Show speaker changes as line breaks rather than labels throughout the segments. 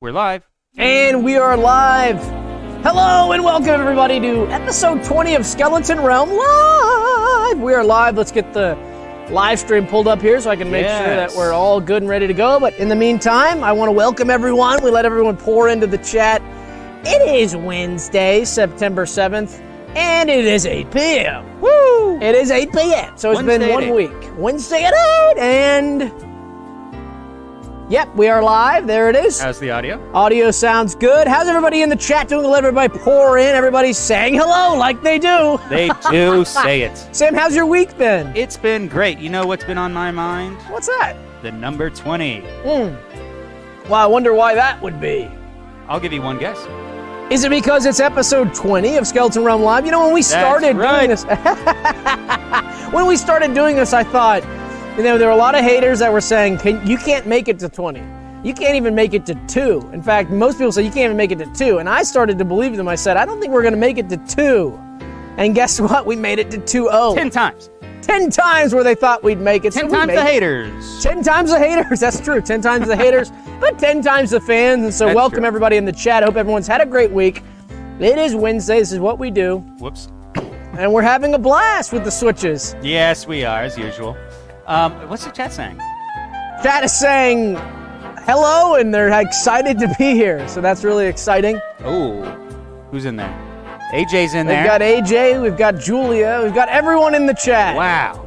We're live.
And we are live. Hello and welcome everybody to episode 20 of Skeleton Realm Live. We are live. Let's get the live stream pulled up here so I can make sure that
Yes.
we're all good and ready to go. But in the meantime, I want to welcome everyone. We let everyone pour into the chat. It is Wednesday, September 7th, and it is 8 p.m.
Woo!
It is 8 p.m. So it's
Wednesday
been
at
one
8.
week. Wednesday at 8 and Yep, we are live. There it is.
How's the audio?
Audio sounds good. How's everybody in the chat doing? Let everybody pour in. Everybody's saying hello like they do.
They do say it.
Sam, how's your week been?
It's been great. You know what's been on my mind?
What's that?
The number 20.
Hmm. Well, I wonder why that would be.
I'll give you one guess.
Is it because it's episode 20 of Skeleton Realm Live? You know, when we started
right.
doing this, when we started doing this, I thought, you know, there were a lot of haters that were saying, Can, you can't make it to 20. You can't even make it to two. In fact, most people say you can't even make it to two. And I started to believe them. I said, I don't think we're going to make it to two. And guess what? We made it to oh. 2
10 times.
Ten times where they thought we'd make it.
10
so we
times
made
the
it.
haters.
10 times the haters. That's true. 10 times the haters, but 10 times the fans. And so,
That's
welcome
true.
everybody in the chat. Hope everyone's had a great week. It is Wednesday. This is what we do.
Whoops.
And we're having a blast with the switches.
Yes, we are, as usual. Um, what's the chat saying?
Chat is saying hello, and they're excited to be here. So, that's really exciting.
Oh, who's in there? AJ's in there.
We've got AJ, we've got Julia, we've got everyone in the chat.
wow.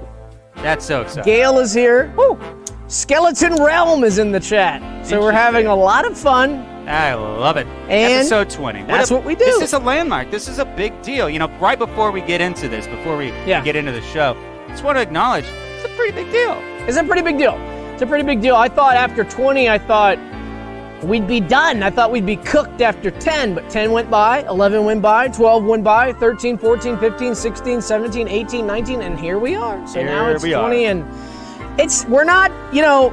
That's so exciting.
Gail is here. Woo! Skeleton Realm is in the chat. So, we're
Interesting.
having a lot of fun.
I love it.
And
Episode 20.
that's
a-
what we do.
This is a landmark. This is a big deal. You know, right before we get into this, before we
Yeah.
get into the show, just want to acknowledge it's a pretty big deal.
It's a pretty big deal. It's a pretty big deal. I thought after 20, I thought we'd be done. I thought we'd be cooked after 10, but 10 went by, 11 went by, 12 went by, 13, 14, 15, 16, 17, 18, 19, and here we are. So now
Here
it's
we are.
20, and it's we're not, you know,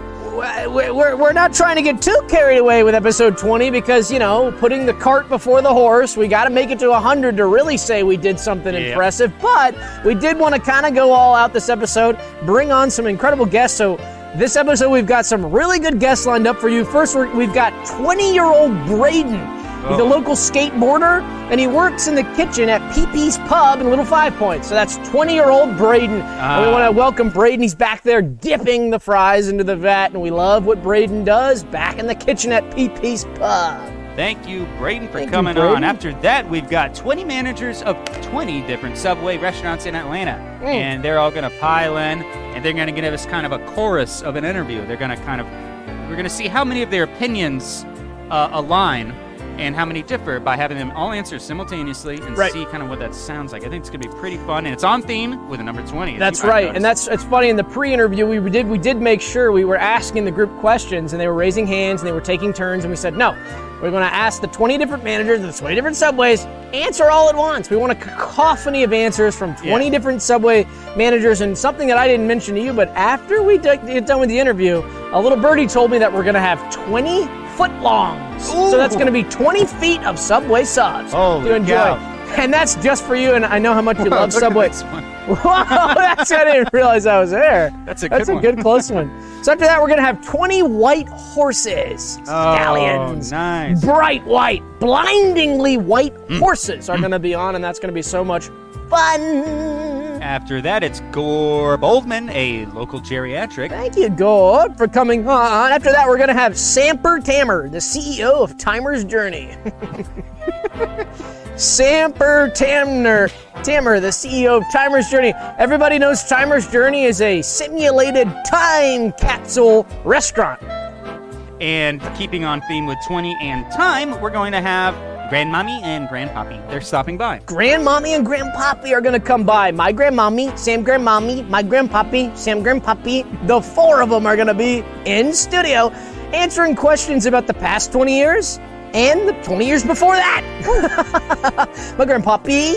we're, we're, we're not trying to get too carried away with episode 20 because, you know, putting the cart before the horse, we got to make it to 100 to really say we did something
Yeah.
impressive impressive, but we did want to kind of go all out this episode, bring on some incredible guests. So, this episode, we've got some really good guests lined up for you. First, we're- we've got 20 year old Braden. He's a
Oh.
local skateboarder, and he works in the kitchen at PP's Pub in Little Five Points. So that's 20 year old Braden. And we
Ah.
want to welcome Braden. He's back there dipping the fries into the vat, and we love what Braden does back in the kitchen at PP's Pub.
Thank you, Braden, for
Thank you,
coming
Braden.
on. After that, we've got 20 managers of 20 different Subway restaurants in Atlanta.
Mm.
And they're all going to pile in and they're going to give us kind of a chorus of an interview. They're going to kind of, we're going to see how many of their opinions uh, align and how many differ by having them all answer simultaneously and
Right.
see kind of what that sounds like. I think it's going to be pretty fun. And it's on theme with the number 20. as
That's
you might
right, and
notice.
that's it's funny. In the pre-interview, we did we did make sure we were asking the group questions, and they were raising hands, and they were taking turns, and we said no, we're going to ask the 20 different managers of the 20 different subways answer all at once. We want a cacophony of answers from 20
Yeah.
different subway managers, and something that I didn't mention to you, but after we d- get done with the interview, a little birdie told me that we're going to have 20 foot longs, so that's
Ooh.
going to be 20 feet of subway subs
Holy
to enjoy.
cow.
And that's just for you, and I know how much you
Wow,
love
look at
Subway.
this one.
Whoa, that's I didn't realize I was there.
That's a
that's
good
a
one.
good close one. So after that, we're gonna have 20 white horses, stallions,
Oh, nice. Mm.
bright white, blindingly white horses are gonna be on, and that's gonna be so much fun.
After that, it's Gore Boldman, a local geriatric.
Thank you, God, for coming on. After that, we're gonna have Samper Tamer, the CEO of Timer's Journey. Samper Tamner, Tammer, the CEO of Timer's Journey. Everybody knows Timer's Journey is a simulated time capsule restaurant.
And keeping on theme with 20 and time, we're going to have Grandmommy and Grandpappy. They're stopping by.
Grandmommy and Grandpappy are gonna come by. My grandmommy, Sam Grandmommy, my Grandpappy, Sam Grandpappy. The four of them are gonna be in studio answering questions about the past 20 years and the 20 years before that. my Grandpappy.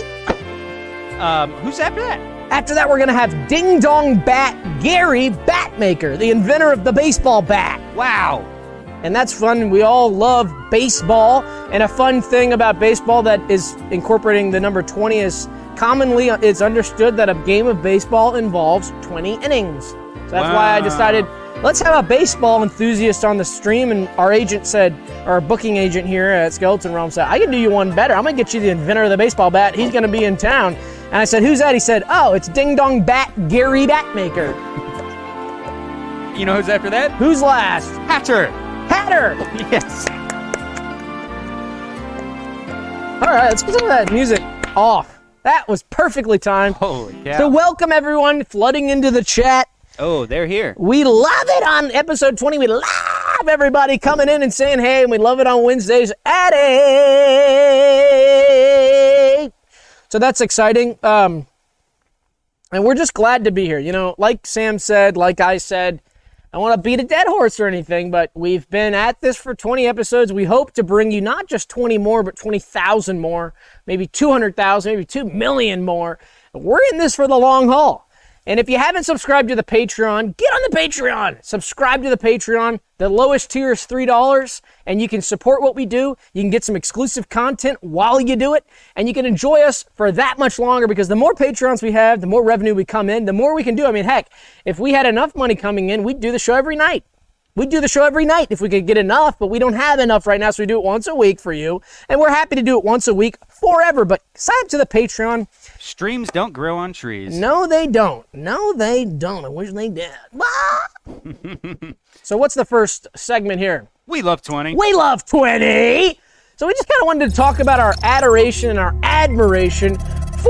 Um, who's after that?
After that, we're gonna have Ding Dong Bat Gary Batmaker, the inventor of the baseball bat.
Wow.
And that's fun. We all love baseball. And a fun thing about baseball that is incorporating the number 20 is commonly uh, it's understood that a game of baseball involves 20 innings. So that's why
Wow.
I decided Let's have a baseball enthusiast on the stream. And our agent said, our booking agent here at Skeleton Realm said, I can do you one better. I'm going to get you the inventor of the baseball bat. He's going to be in town. And I said, Who's that? He said, Oh, it's Ding Dong Bat Gary Batmaker.
You know who's after that?
Who's last?
Hatter.
Hatter!
Yes.
All right, let's put some of that music off. That was perfectly timed.
Holy cow.
So, welcome everyone flooding into the chat.
oh, they're here.
We love it on episode 20. We love everybody coming in and saying hey, and we love it on Wednesdays at 8. So that's exciting. Um, and we're just glad to be here. You know, like Sam said, like I said, I want to beat a dead horse or anything, but we've been at this for 20 episodes. We hope to bring you not just 20 more, but 20,000 more, maybe 200,000, maybe 2 million more. We're in this for the long haul. And if you haven't subscribed to the Patreon, get on the Patreon. Subscribe to the Patreon. The lowest tier is $3, and you can support what we do. You can get some exclusive content while you do it, and you can enjoy us for that much longer because the more Patreons we have, the more revenue we come in, the more we can do. I mean, heck, if we had enough money coming in, we'd do the show every night. We'd do the show every night if we could get enough, but we don't have enough right now, so we do it once a week for you. And we're happy to do it once a week forever, but sign up to the Patreon.
Streams don't grow on trees.
No, they don't. No, they don't. I wish they did. Ah! so, what's the first segment here?
We love 20.
We love 20. So, we just kind of wanted to talk about our adoration and our admiration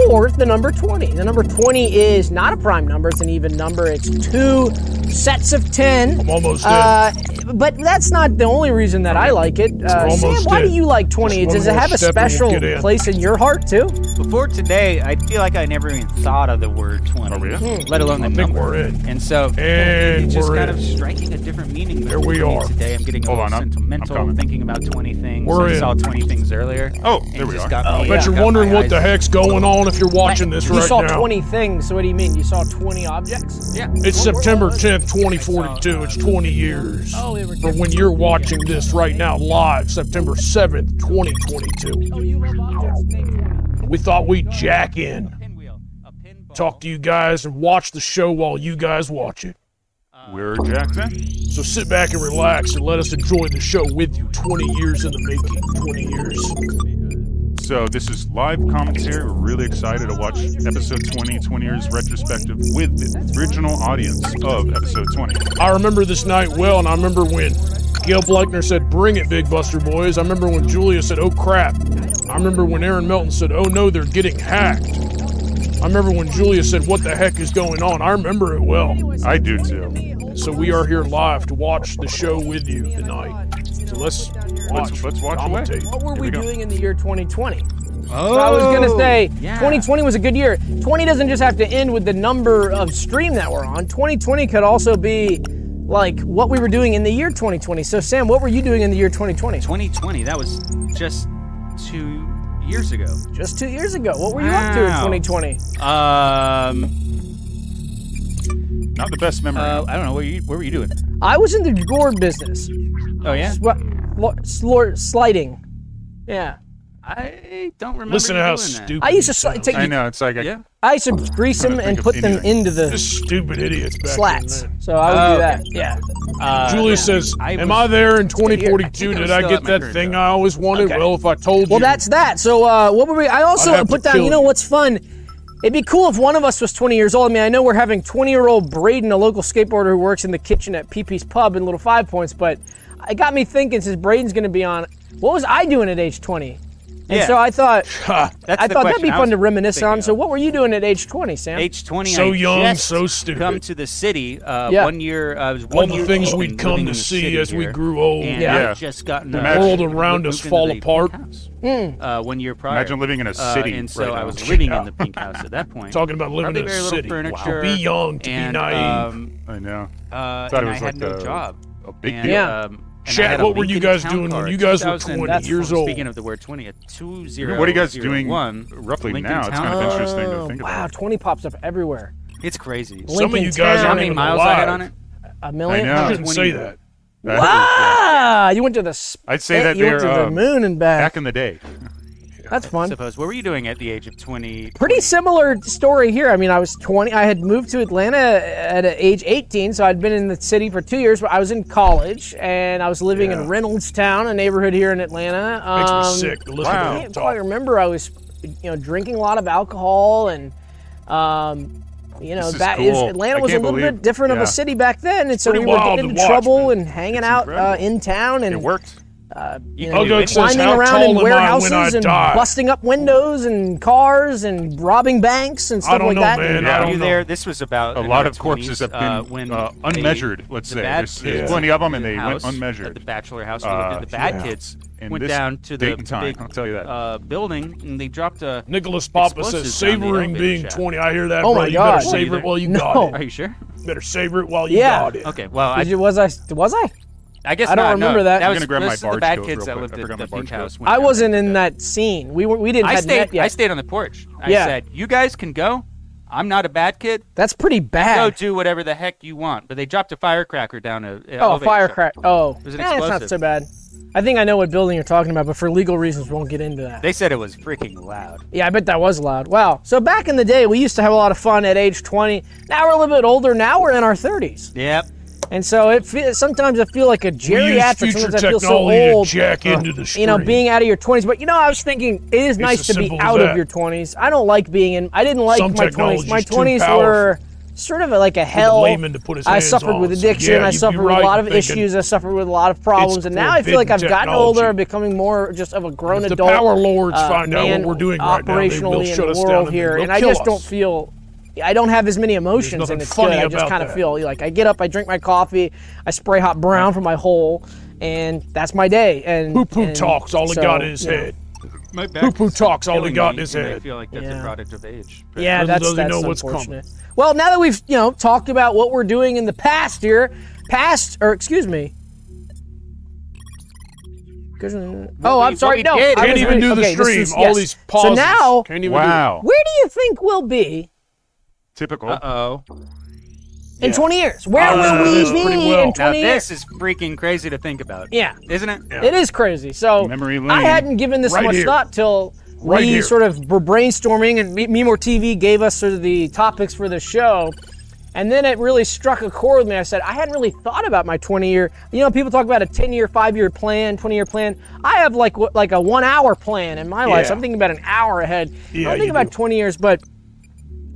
for the number 20. The number 20 is not a prime number, it's an even number. It's two sets of 10. I'm
almost
Uh, but that's not the only reason that I like it. Uh,
almost
Sam, why
dead.
do you like 20?
Just
Does it
one more
have a
step and we'll
special
get in.
place in your heart, too?
Before today, I feel like I never even thought of the word 20,
Are we in?
let alone the
Oh, think
number.
we're in.
And so
And
it's just
we're
kind
in.
of striking a different meaning. than
Here we
for me
are.
Today I'm getting a
Hold
little
on, I'm- I'm
sentimental
coming.
thinking about 20 things.
We're
I
in.
saw 20 things earlier.
Oh,
and
there
it
we
just
are.
Got me,
Bet
got
you're
my
wondering what
eyes-
the heck's going on if you're watching this
You
right
saw
now.
20 things, so what do you mean? You saw 20 objects?
Yeah.
It's September 10th, 2042. It's 20 years.
Oh, they were
But when you're watching this right now live, September 7th, 2022,
Oh, you love objects.
we thought we'd jack in,
Pinwheel, a pinball.
talk to you guys, and watch the show while you guys watch it.
We're Jackson.
So sit back and relax and let us enjoy the show with you. 20 years in the making, 20 years.
So this is live commentary. We're really excited to watch episode 20, 20 years retrospective with the original audience of episode 20.
I remember this night well, and I remember when Gail Bleichner said, Bring it, Big Buster Boys. I remember when Julia said, Oh crap. I remember when Aaron Melton said, Oh no, they're getting hacked. I remember when Julia said, What the heck is going on? I remember it well.
I do too.
So we are here live to watch the show with you tonight. So let's watch.
Let's- let's watch away.
Commentate.
What were
Here
we,
we go.
doing in the year 2020?
Oh,
So I was gonna say
yeah.
2020 was a good year. 20 doesn't just have to end with the number of stream that we're on. 2020 could also be like what we were doing in the year 2020. So Sam, what were you doing in the year 2020?
2020. That was just two years ago.
Just two years ago. What were you up to in
Wow.
2020?
Um,
Not the best memory.
uh, I don't know. What were you, what were you doing?
I was in the gourd business.
Oh yeah.
What? lo- slor- sliding. Yeah.
I don't remember.
Listen
you
to how
doing that.
stupid.
I used to
this
sli-
sounds.
take-
I know. It's like a,
Yeah.
I used to grease them
think
and
of
put them
anything.
into the
Just stupid idiots back
slats.
then.
So I would
Oh,
do that.
okay.
Yeah.
Uh,
Julia
yeah.
says,
I
"Am
was-
I there in
I
2042?
think I was
Did I
still
get
at my
that
current
thing
job.
I always wanted?
Okay.
Well, if I told
Well,
you,
that's that. So uh, what were we? I
I'd
also
have to
put down.
kill
You know
you.
what's fun? It'd be cool if one of us was 20 years old. I mean, I know we're having 20-year-old Braden, a local skateboarder who works in the kitchen at PP's Pub in Little Five Points. But it got me thinking since Braden's going to be on, what was I doing at age 20? And
Yeah.
so I thought,
That's
I
the
thought that'd
question
be
I
fun
was
to reminisce
thinking
on.
of.
So what were you doing at age 20, Sam?
age 20
So
I
young,
just
so stupid.
come to the city uh,
Yeah.
one year uh, I was
all
one
the
year
things
old
we'd
and
come
living
to
in the
see
city
as we
here.
grew old.
and
Yeah.
I just gotten
The
uh,
world
around us
moved into
fall
the pink
apart.
house,
Hmm.
uh, one year prior
Imagine living in a
Uh,
city
and so
right
I
now.
was living in the pink house at that point
Talking about living
Hardly
in a
very little
city.
furniture
Wow. Be young, to
and,
be naive.
um,
I know.
uh,
Thought
and
it
I
was
had
like
no
the-
job
a big
And,
deal.
Yeah.
um, and I
Chat,
had a
what were you
Lincoln
guys
Town
doing when
Car,
you guys were
2000
20
that's
years
funny.
old?
Speaking of the word 20, a 20.
What are you guys doing
One,
roughly
Lincoln
now? It's
Town
kind of
Car.
interesting to
Oh,
think
wow,
about.
20 pops up everywhere.
It's crazy.
Some of
Lincoln
you guys
Town.
How
aren't
many
even
miles
alive.
I had on it?
A million.
know.
I
Yeah.
shouldn't say that.
That is-
Ah, you went to the.
I'd say that
you went
they're,
to the
um,
moon and back.
Back in the day.
That's fun.
suppose. What were you doing at the age of 20?
pretty similar story here. I mean, I was 20. I had moved to Atlanta at age 18, so I'd been in the city for two years. But I was in college, and I was living in Reynoldstown, a neighborhood here in Atlanta.
Makes me
Um,
sick. to listen
wow.
I
to
can't
them
quite
talk.
remember. I was, you know, drinking a lot of alcohol, and um, you know
This is
that is
cool.
Atlanta
I
was a
can't
little
believe-
bit different of
yeah.
a city back then, and so
Pretty
we were
wild
getting into
to watch,
trouble
man.
and hanging
It's
out uh,
incredible.
in town and
It worked.
You
I'll
can
go
do
to-
anything.
climbing
how
around
tall am
in
I when I
warehouses and
die?
busting up windows and cars and robbing banks and stuff
I don't
like
know,
that.
man.
Yeah.
I
Are
don't
you
know.
there? This was about
A
in
lot
our
of
20s,
corpses have
uh,
been
when
uh,
they-
unmeasured. let's
the
say
bad
there's, there's
kids
plenty of them, and they
house,
went
uh, The
unmeasured.
bachelor house.
Uh,
where they did the bad
yeah.
kids
And
went
this
down to the
Dayton time,
big
I'll tell you that.
uh, building and they dropped a.
Nicholas Papa says
Explosives down the
savoring
elevator
being
shaft.
20. I hear that,
Oh
brother.
my
You better
God.
savor it while you
No.
got
Are
it.
you sure?
You better savor it while you
Yeah.
got it.
Okay. Well, I,
Did you- was I? Was I?
I guess
I don't
not, no.
remember that.
That
I'm
was
gonna grab my
most of the
barge
bad
coat
kids
real
that
quick.
lived
I
at
forgot
the
my
pink
barge coat.
house. went
I
down
wasn't
there.
in that scene. We were, we didn't
I
have net
stayed.
yet.
I stayed on the porch. I
Yeah.
said, "You guys can go. I'm not a bad kid.
That's pretty
Go
bad.
do whatever the heck you want." But they dropped a firecracker down a.
oh, a firecracker. Oh,
was an
Eh, it's not
explosive.
so bad. I think I know what building you're talking about, but for legal reasons, we won't get into that.
They said it was freaking loud.
Yeah, I bet that was loud. Wow. So back in the day, we used to have a lot of fun at age 20. Now we're a little bit older. Now we're in our 30s,
Yep.
and so it fe- sometimes I feel like a
We use
geriatric.
future
Sometimes I feel so
technology
old. uh,
to jack into the street.
you know, being out of your 20s. But you know, I was thinking it is nice
as
to be
simple as
out
that.
of your 20s. I don't like being in. I didn't like
Some
my 20s. My
technology's too
20s were sort of like a hell.
layman to put his
I
hands
suffered
on.
with
So,
addiction.
yeah,
I
you'd be
suffered
right
with a lot
in
of
thinking
isges. I suffered with a lot of problems, and now I feel like I've
forbidden
gotten older,
technology.
becoming more just of a grown
If the
adult.
power lords
uh,
find out what
man
we're doing right now, they will
operationally in
shut
the
us down
world
and they
here,
will
and I
kill
just don't
us.
feel. I don't have as many emotions,
nothing
and it's good.
funny
I just
about
kind of
that.
feel like I get up, I drink my coffee, I spray hot brown from my hole, and that's my day. And
Poo poo
and
talks. All he
so,
got in his
you know.
head.
My back
Poo-poo talks, all he
killing
got
me,
in his
and I
head.
feel like that's
Yeah.
a product of age.
Yeah,
Little
that's
does he
that's
know what's
unfortunate. well, now that we've you know talked about what we're doing in the past year, past or excuse me. Oh,
we-
I'm
what
sorry.
we
No,
did-
I
Can't
was
even do the
okay, this
stream,
is-
all
yes.
these
So
pauses.
now,
Can't even
Wow.
where do you think we'll be
Typical.
Uh oh.
in 20 years? Where
Uh,
will
that's
we
pretty
be
well.
in
Now
20 years?
this is freaking crazy to think about.
Yeah.
Isn't it?
It is crazy. So
Memory lane.
I hadn't given this
Right
much
here.
thought till
Right
we
here.
sort of were brainstorming, and Me- Memore TV gave us sort of the topics for the show. And then it really struck a chord with me. I said, I hadn't really thought about my 20 year. You know, people talk about a 10 year, 5 year plan, 20 year plan. I have like what- like a one hour plan in my life. So
Yeah.
I'm thinking about an hour ahead.
Yeah,
I don't think
you
about
do.
20 years, but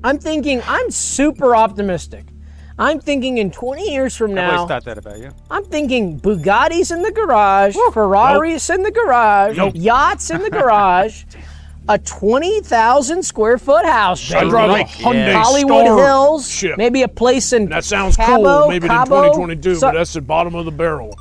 I'm thinking I'm super optimistic. I'm thinking in 20 years from
I
now,
always thought that about you.
I'm thinking Bugattis in the garage, Ferraris in the garage,
Nope.
yachts in the garage, a 20,000 square foot house.
I
baby.
drive a
Right.
Hyundai
Yeah.
Hollywood
Star
Hills,
ship.
maybe a place in
That sounds
Cabo,
cool, maybe
Cabo,
in 2022,
so-
but that's the bottom of the barrel.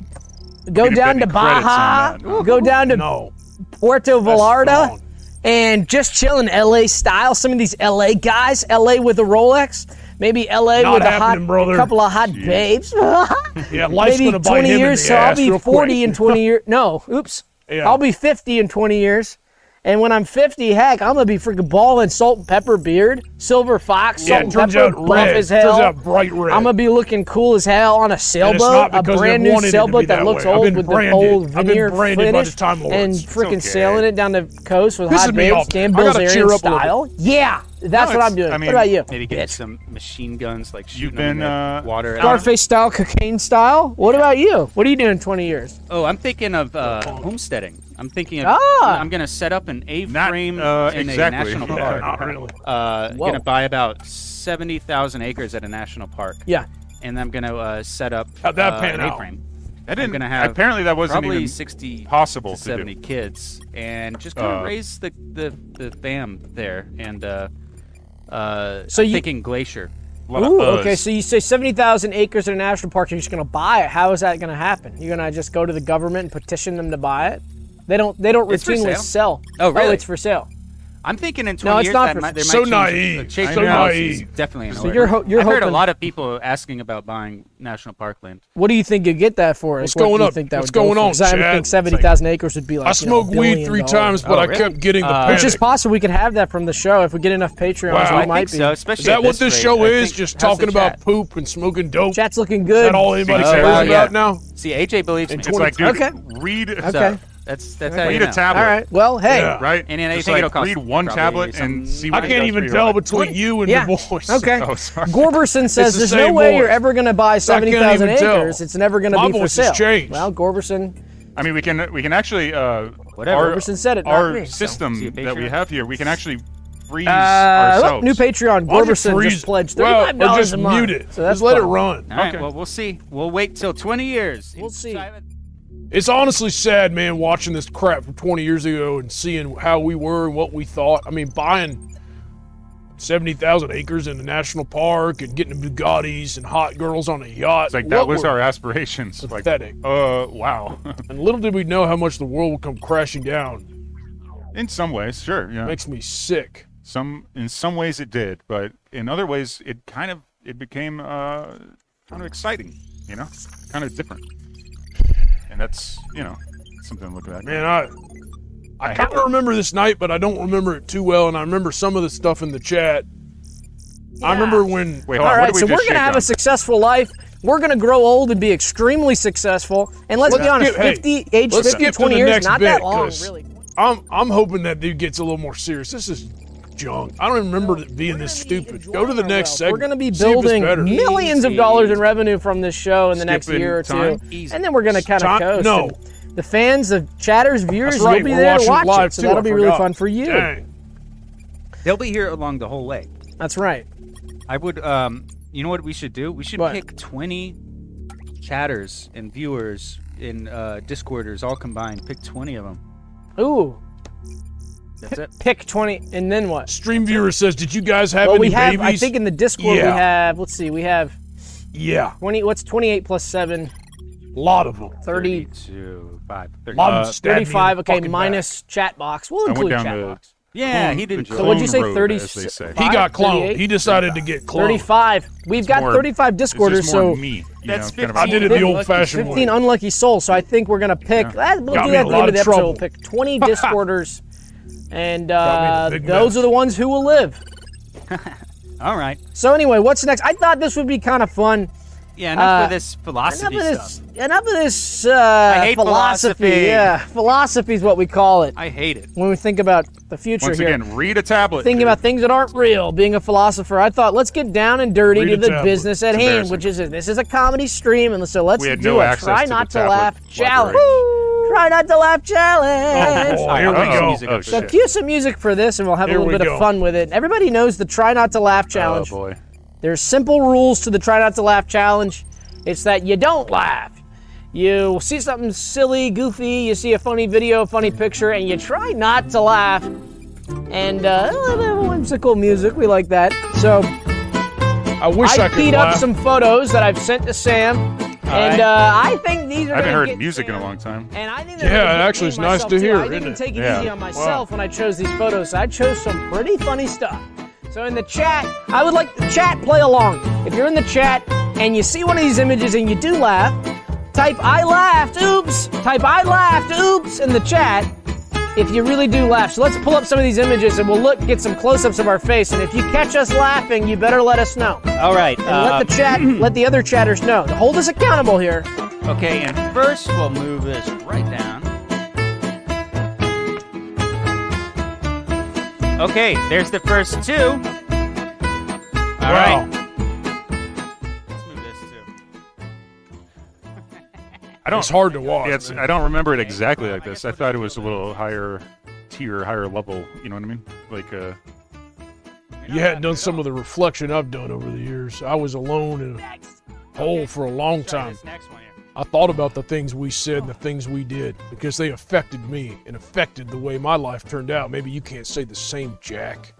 go
Maybe
down to
put any credits
Baja,
on that, huh?
go down to
No,
Puerto
that's
Vallarta,
gone.
and just chilling LA style. Some of these LA guys, LA with a Rolex, maybe LA
Not
with a
happening,
hot
brother.
couple of hot babes.
Yeah, life's
maybe
gonna bite
20
him
years,
in the
so
ass
I'll be
real
40
quick.
in 20 years. No, oops.
Yeah.
I'll be 50 in 20 years. And when I'm 50, heck, I'm going to be freaking balling salt and pepper beard, silver fox, salt
Yeah, it
and
turns
pepper,
out
buff
red.
as hell.
Turns out bright red.
I'm going to be looking cool as hell on a
it's
sailboat,
not
a
because they
brand new
wanted it to
sailboat
be
that
that
looks
way. I've
old
been
with
branded.
the old
I've been
veneer
branded
finish
by the Time Lords.
and
It's
freaking
okay.
sailing it down the coast with
Pissing
hot
me
babes,
off.
Dan
I gotta cheer
Bilzerian
up a little
style. Yeah, that's what
it's-
I'm doing.
I mean,
what about you?
Maybe get some machine guns like shooting
You've
them
been,
in the
uh,
water. at them.
Scarface style, cocaine style. What about you? What are you doing in 20 years?
Oh, I'm thinking of uh,
Oh.
homesteading. I'm thinking of
Ah!
I'm gonna set up an
Not,
A-frame
uh,
in
exactly.
a national
Yeah,
park.
Not really.
uh,
Whoa.
gonna buy about seventy thousand acres at a national park.
Yeah.
and I'm gonna uh, set up
How'd that
uh,
pan
an
out?
A-frame.
That
I'm
didn't.
gonna have
apparently, that wasn't
probably
even
sixty
possible
to
to do.
seventy kids, and just kind of
Uh,
raise the, the the fam there. And uh, uh,
So
I'm
you-
thinking glacier?
lot of
Ooh,
us.
okay. So you say seventy thousand acres in a national park. You're just going to buy it. How is that going to happen? You're going to just go to the government and petition them to buy it? They don't. They don't
It's for
routinely
sale.
sell.
Oh, really?
it's for sale.
I'm thinking in 20
No, it's
years
not
that
for-
might, there
so
might change.
naive.
uh, change
So
the policies.
naive.
Definitely. So
you're ho- you're
I've heard a
hoping- Oh,
lot of people asking about buying national parkland.
What do you think you'd get that for?
What's
Like, what
going
do you
up?
think that
What's
would go
going
for?
on,
'Cause I would
Chad?
think seventy thousand acres would be like.
I
you
smoked
know, a
weed
billion
three
dollars.
times, but
Oh,
I
really?
kept getting the
Uh,
panic.
Which is possible we could have that from the show if we get enough Patreons.
Wow.
We
I
I
might
think
be.
so, especially
Is that
at
what
this
this
rate.
show
I
is?
think-
Just
how's the
talking about
chat?
poop and smoking dope?
Chat's looking
Is
good.
that all anybody
Oh,
cares
wow, yeah.
about now?
See, AJ believes me.
It's like, dude,
Okay.
read.
So,
Okay.
That's that's how you
Read
know.
a tablet.
All right. Well, hey.
Yeah.
Right?
And then I
Just,
think
like,
it'll cost
Read one
probably
tablet
some-
and see
I
what it
can't
does for
even
your
tell
life.
between you and
Yeah.
your voice.
Okay.
Oh, sorry.
Gorberson says
the
there's
same
no way
voice.
you're ever going to buy
can't even
70,000
tell.
acres. It's never going to
My
be for
voice has
sale.
changed.
Well, Gorberson,
I mean, we can we can actually uh,
Whatever,
Our,
Roberson said it, not
Our
me, so.
See a
system that we
picture?
have here, we can actually freeze
uh, look,
ourselves.
new Patreon.
Why don't you
Gorberson
freeze
just pledged
it? Well,
$35
or just
a month.
mute it.
So that's
just let it
fine.
run.
All right.
Okay.
Well, we'll see. We'll wait till 20 years.
We'll see.
It's honestly sad, man, watching this crap from 20 years ago and seeing how we were and what we thought. I mean, buying 70,000 acres in the national park and getting Bugattis and hot girls on a yacht.
It's like that was our aspirations. Like,
pathetic.
uh, wow.
And little did we know how much the world would come crashing down.
in some ways, sure. Yeah.
Makes me sick.
some in some ways it did, but in other ways it kind of it became uh, kind of exciting. You know, kind of different. And that's you know something to look back.
Man, I I kind of remember this night, but I don't remember it too well. And I remember some of the stuff in the chat. I remember when
Wait, hold
All
on.
right,
what
so
did we
we're going
just
to
shake
have
on?
a successful life. We're going to grow old and be extremely successful. And let's
Let's
be honest,
skip- hey,
50, age 50,
let's skip to
20
the
years,
next
not
bit,
that long,
'cause-
really.
I'm I'm hoping that dude gets a little more serious. This is junk. I don't even remember it being this stupid. Go to the next segment.
We're going to be
See if it's
building
better.
millions of
Easy.
dollars in revenue from this show in the next
Skipping
year or two,
time?
Easy.
and then we're going to kind of
Time-
coast.
no.
and the fans, the chatters, viewers,
That's right.
you'll be
We're
there to
watching
watch
it live
it, so
too. I
that'll be really
forgot.
fun for you.
Dang.
They'll be here along the whole way.
That's right.
I would. Um. You know what we should do? We should
What?
pick 20 chatters and viewers and uh, discorders all combined. Pick 20 of them.
Ooh,
That's it.
pick twenty, and then what?
Stream viewer says, "Did you guys have
Well,
any
we have.
babies?"
I think in the Discord we
Yeah.
have. Let's see, we have
yeah,
twenty. What's twenty-eight plus seven?
a lot of them.
30,
32, 5, 30.
lot of
Uh,
them stabbed me in the
35, Okay,
fucking
minus chat box. We'll
I went
include
down
chat
to
box.
Yeah,
clone-
he didn't.
the
join.
So what'd you
clone
say,
road,
30
as they say.
back. He got cloned.
38?
He decided to get cloned.
Thirty-five. We've got
more-
thirty-five
It's just
Discorders,
more
so
me. you
That's
know, kind
15.
of a-
I did it the
Fifteen
old-fashioned way.
15 unlucky souls, so I think we're going to pick. Ah, We'll do
Got me in
that
a
at the end
lot
of
of
the episode.
trouble.
We'll pick 20 Discorders, and uh,
Got me in a big
those
mess.
are the ones who will live.
All right.
So, anyway, what's next? I thought this would be kind of fun.
Yeah. Enough
Uh,
of this
Enough
philosophy
of
stuff.
this. Enough of this uh,
hate philosophy.
Yeah, philosophy is what we call it
I hate it.
when we think about the future
Once
here.
again, read a tablet.
Thinking
dude.
about things that aren't real, being a philosopher, I thought let's get down and dirty
Read
to
a
the
tablet.
business at
It's
hand,
embarrassing.
which is this is a comedy stream, and so let's
We had
do
no
a
access
try
to the
not to
tablet
laugh challenge.
library.
Try not to laugh
Oh,
challenge.
boy, here we
Uh-oh.
go.
Music
Oh,
up
So
shit.
cue some music for this, and we'll have a
Here
little
we
bit of
go.
fun with it. Everybody knows the Try Not to Laugh
Oh
challenge.
boy.
There's simple rules to the Try Not to Laugh challenge. It's that you don't laugh. You see something silly, goofy, you see a funny video, a funny picture, and you try not to laugh. And uh, a little bit of whimsical music, we like that. So
I wish I,
I
could
keyed up
laugh.
some photos that I've sent to Sam,
right.
and uh, I think these are.
I haven't
gonna
heard
get
music in a
Sam-
long time.
and I think
Yeah,
that really
actually,
hit
it's
me
nice
myself,
to
too.
hear,
I
isn't
didn't
it?
take it
Yeah.
easy on myself when I chose these photos. I chose some pretty funny stuff. So in the chat, I would like the chat play along. If you're in the chat and you see one of these images and you do laugh, type "I laughed, oops." Type "I laughed, oops" in the chat. If you really do laugh, so let's pull up some of these images and we'll look, get some close-ups of our face. And if you catch us laughing, you better let us know.
All right.
And
um,
let
Uh,
the chat, let the other chatters know. Hold us accountable here.
Okay, and first we'll move this right down. Okay, there's the first two. All
Wow.
right, let's move this too.
I don't.
It's hard to watch.
Yeah, it's,
man.
I don't remember it exactly like this. I thought it was a little higher tier, higher level. You know what I mean? Like, uh,
You hadn't done some of the reflection I've done over the years. I was alone in a hole for a long
Try
time.
this next one here.
I thought about the things we said and the things we did because they affected me and affected the way my life turned out. Maybe you can't say the same, Jack.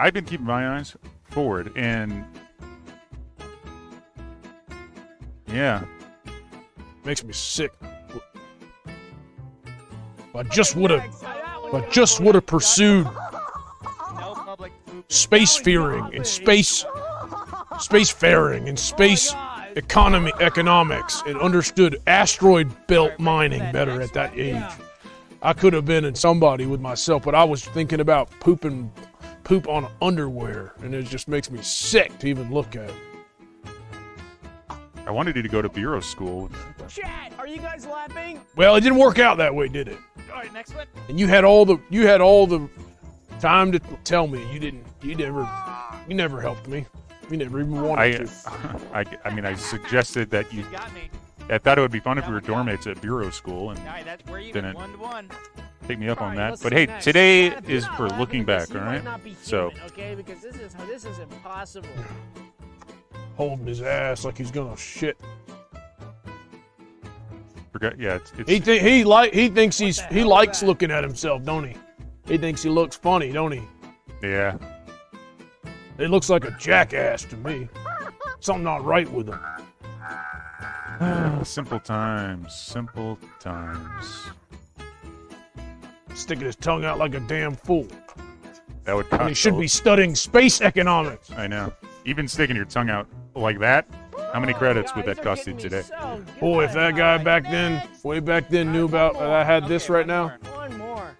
I've been keeping my eyes forward, and yeah,
Makes me sick. If I just would have, if I just would have pursued
No public pooping.
spacefaring and space, spacefaring and space economy economics and understood asteroid belt mining better at that age. I could have been in somebody with myself, but I was thinking about pooping poop on underwear, and it just makes me sick to even look at.
I wanted you to go to bureau school.
Chat, are you guys laughing?
Well, it didn't work out that way, did it?
right, next one.
and you had all the you had all the time to tell me you didn't you never you never helped me you never even wanted
I,
to
I, I mean, I suggested that you.
You got me.
I thought it would be fun if we were dorm mates at bureau school and
All right, that's where you
Didn't.
one to one.
take me up on
Alright,
that.
let's
But
see
hey,
next.
today
Yeah, if you're
is
not
for
laughing
looking
at this,
back,
you
all
might
right?
not be
So
human, okay, because this is this is impossible.
holding his ass like he's gonna shit
forget. Yeah, it's, it's
he think he like he thinks he's
the
he
hell
likes
is that?
looking at himself don't he he thinks he looks funny don't he
yeah.
it looks like a jackass to me something not right with him
simple times, simple times.
sticking his tongue out like a damn fool
That would
and
cut.
he should
though.
be studying space economics
I know. Even sticking your tongue out like that. How many credits would that cost you today?
boy if that guy back then way back then knew about that I had this
Okay, one
right now
more.
One more.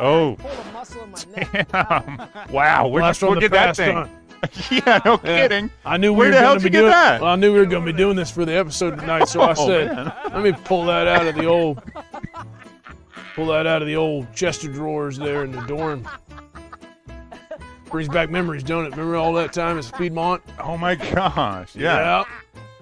Oh.
I pulled a muscle in my neck.
Damn. Wow, where
Blast
did you
from the
get that
past
thing?
time.
yeah, no kidding.
I knew we
Where
were
the hell
going
did
to be
you get
doing.
that?
Well, I knew we were going to be doing this for the episode tonight, so I
Oh,
said,
man.
"Let me pull that out of the old, pull that out of the old chest of drawers there in the dorm." Brings back memories, don't it? Remember all that time at Speedmont?
Oh my gosh. Yeah.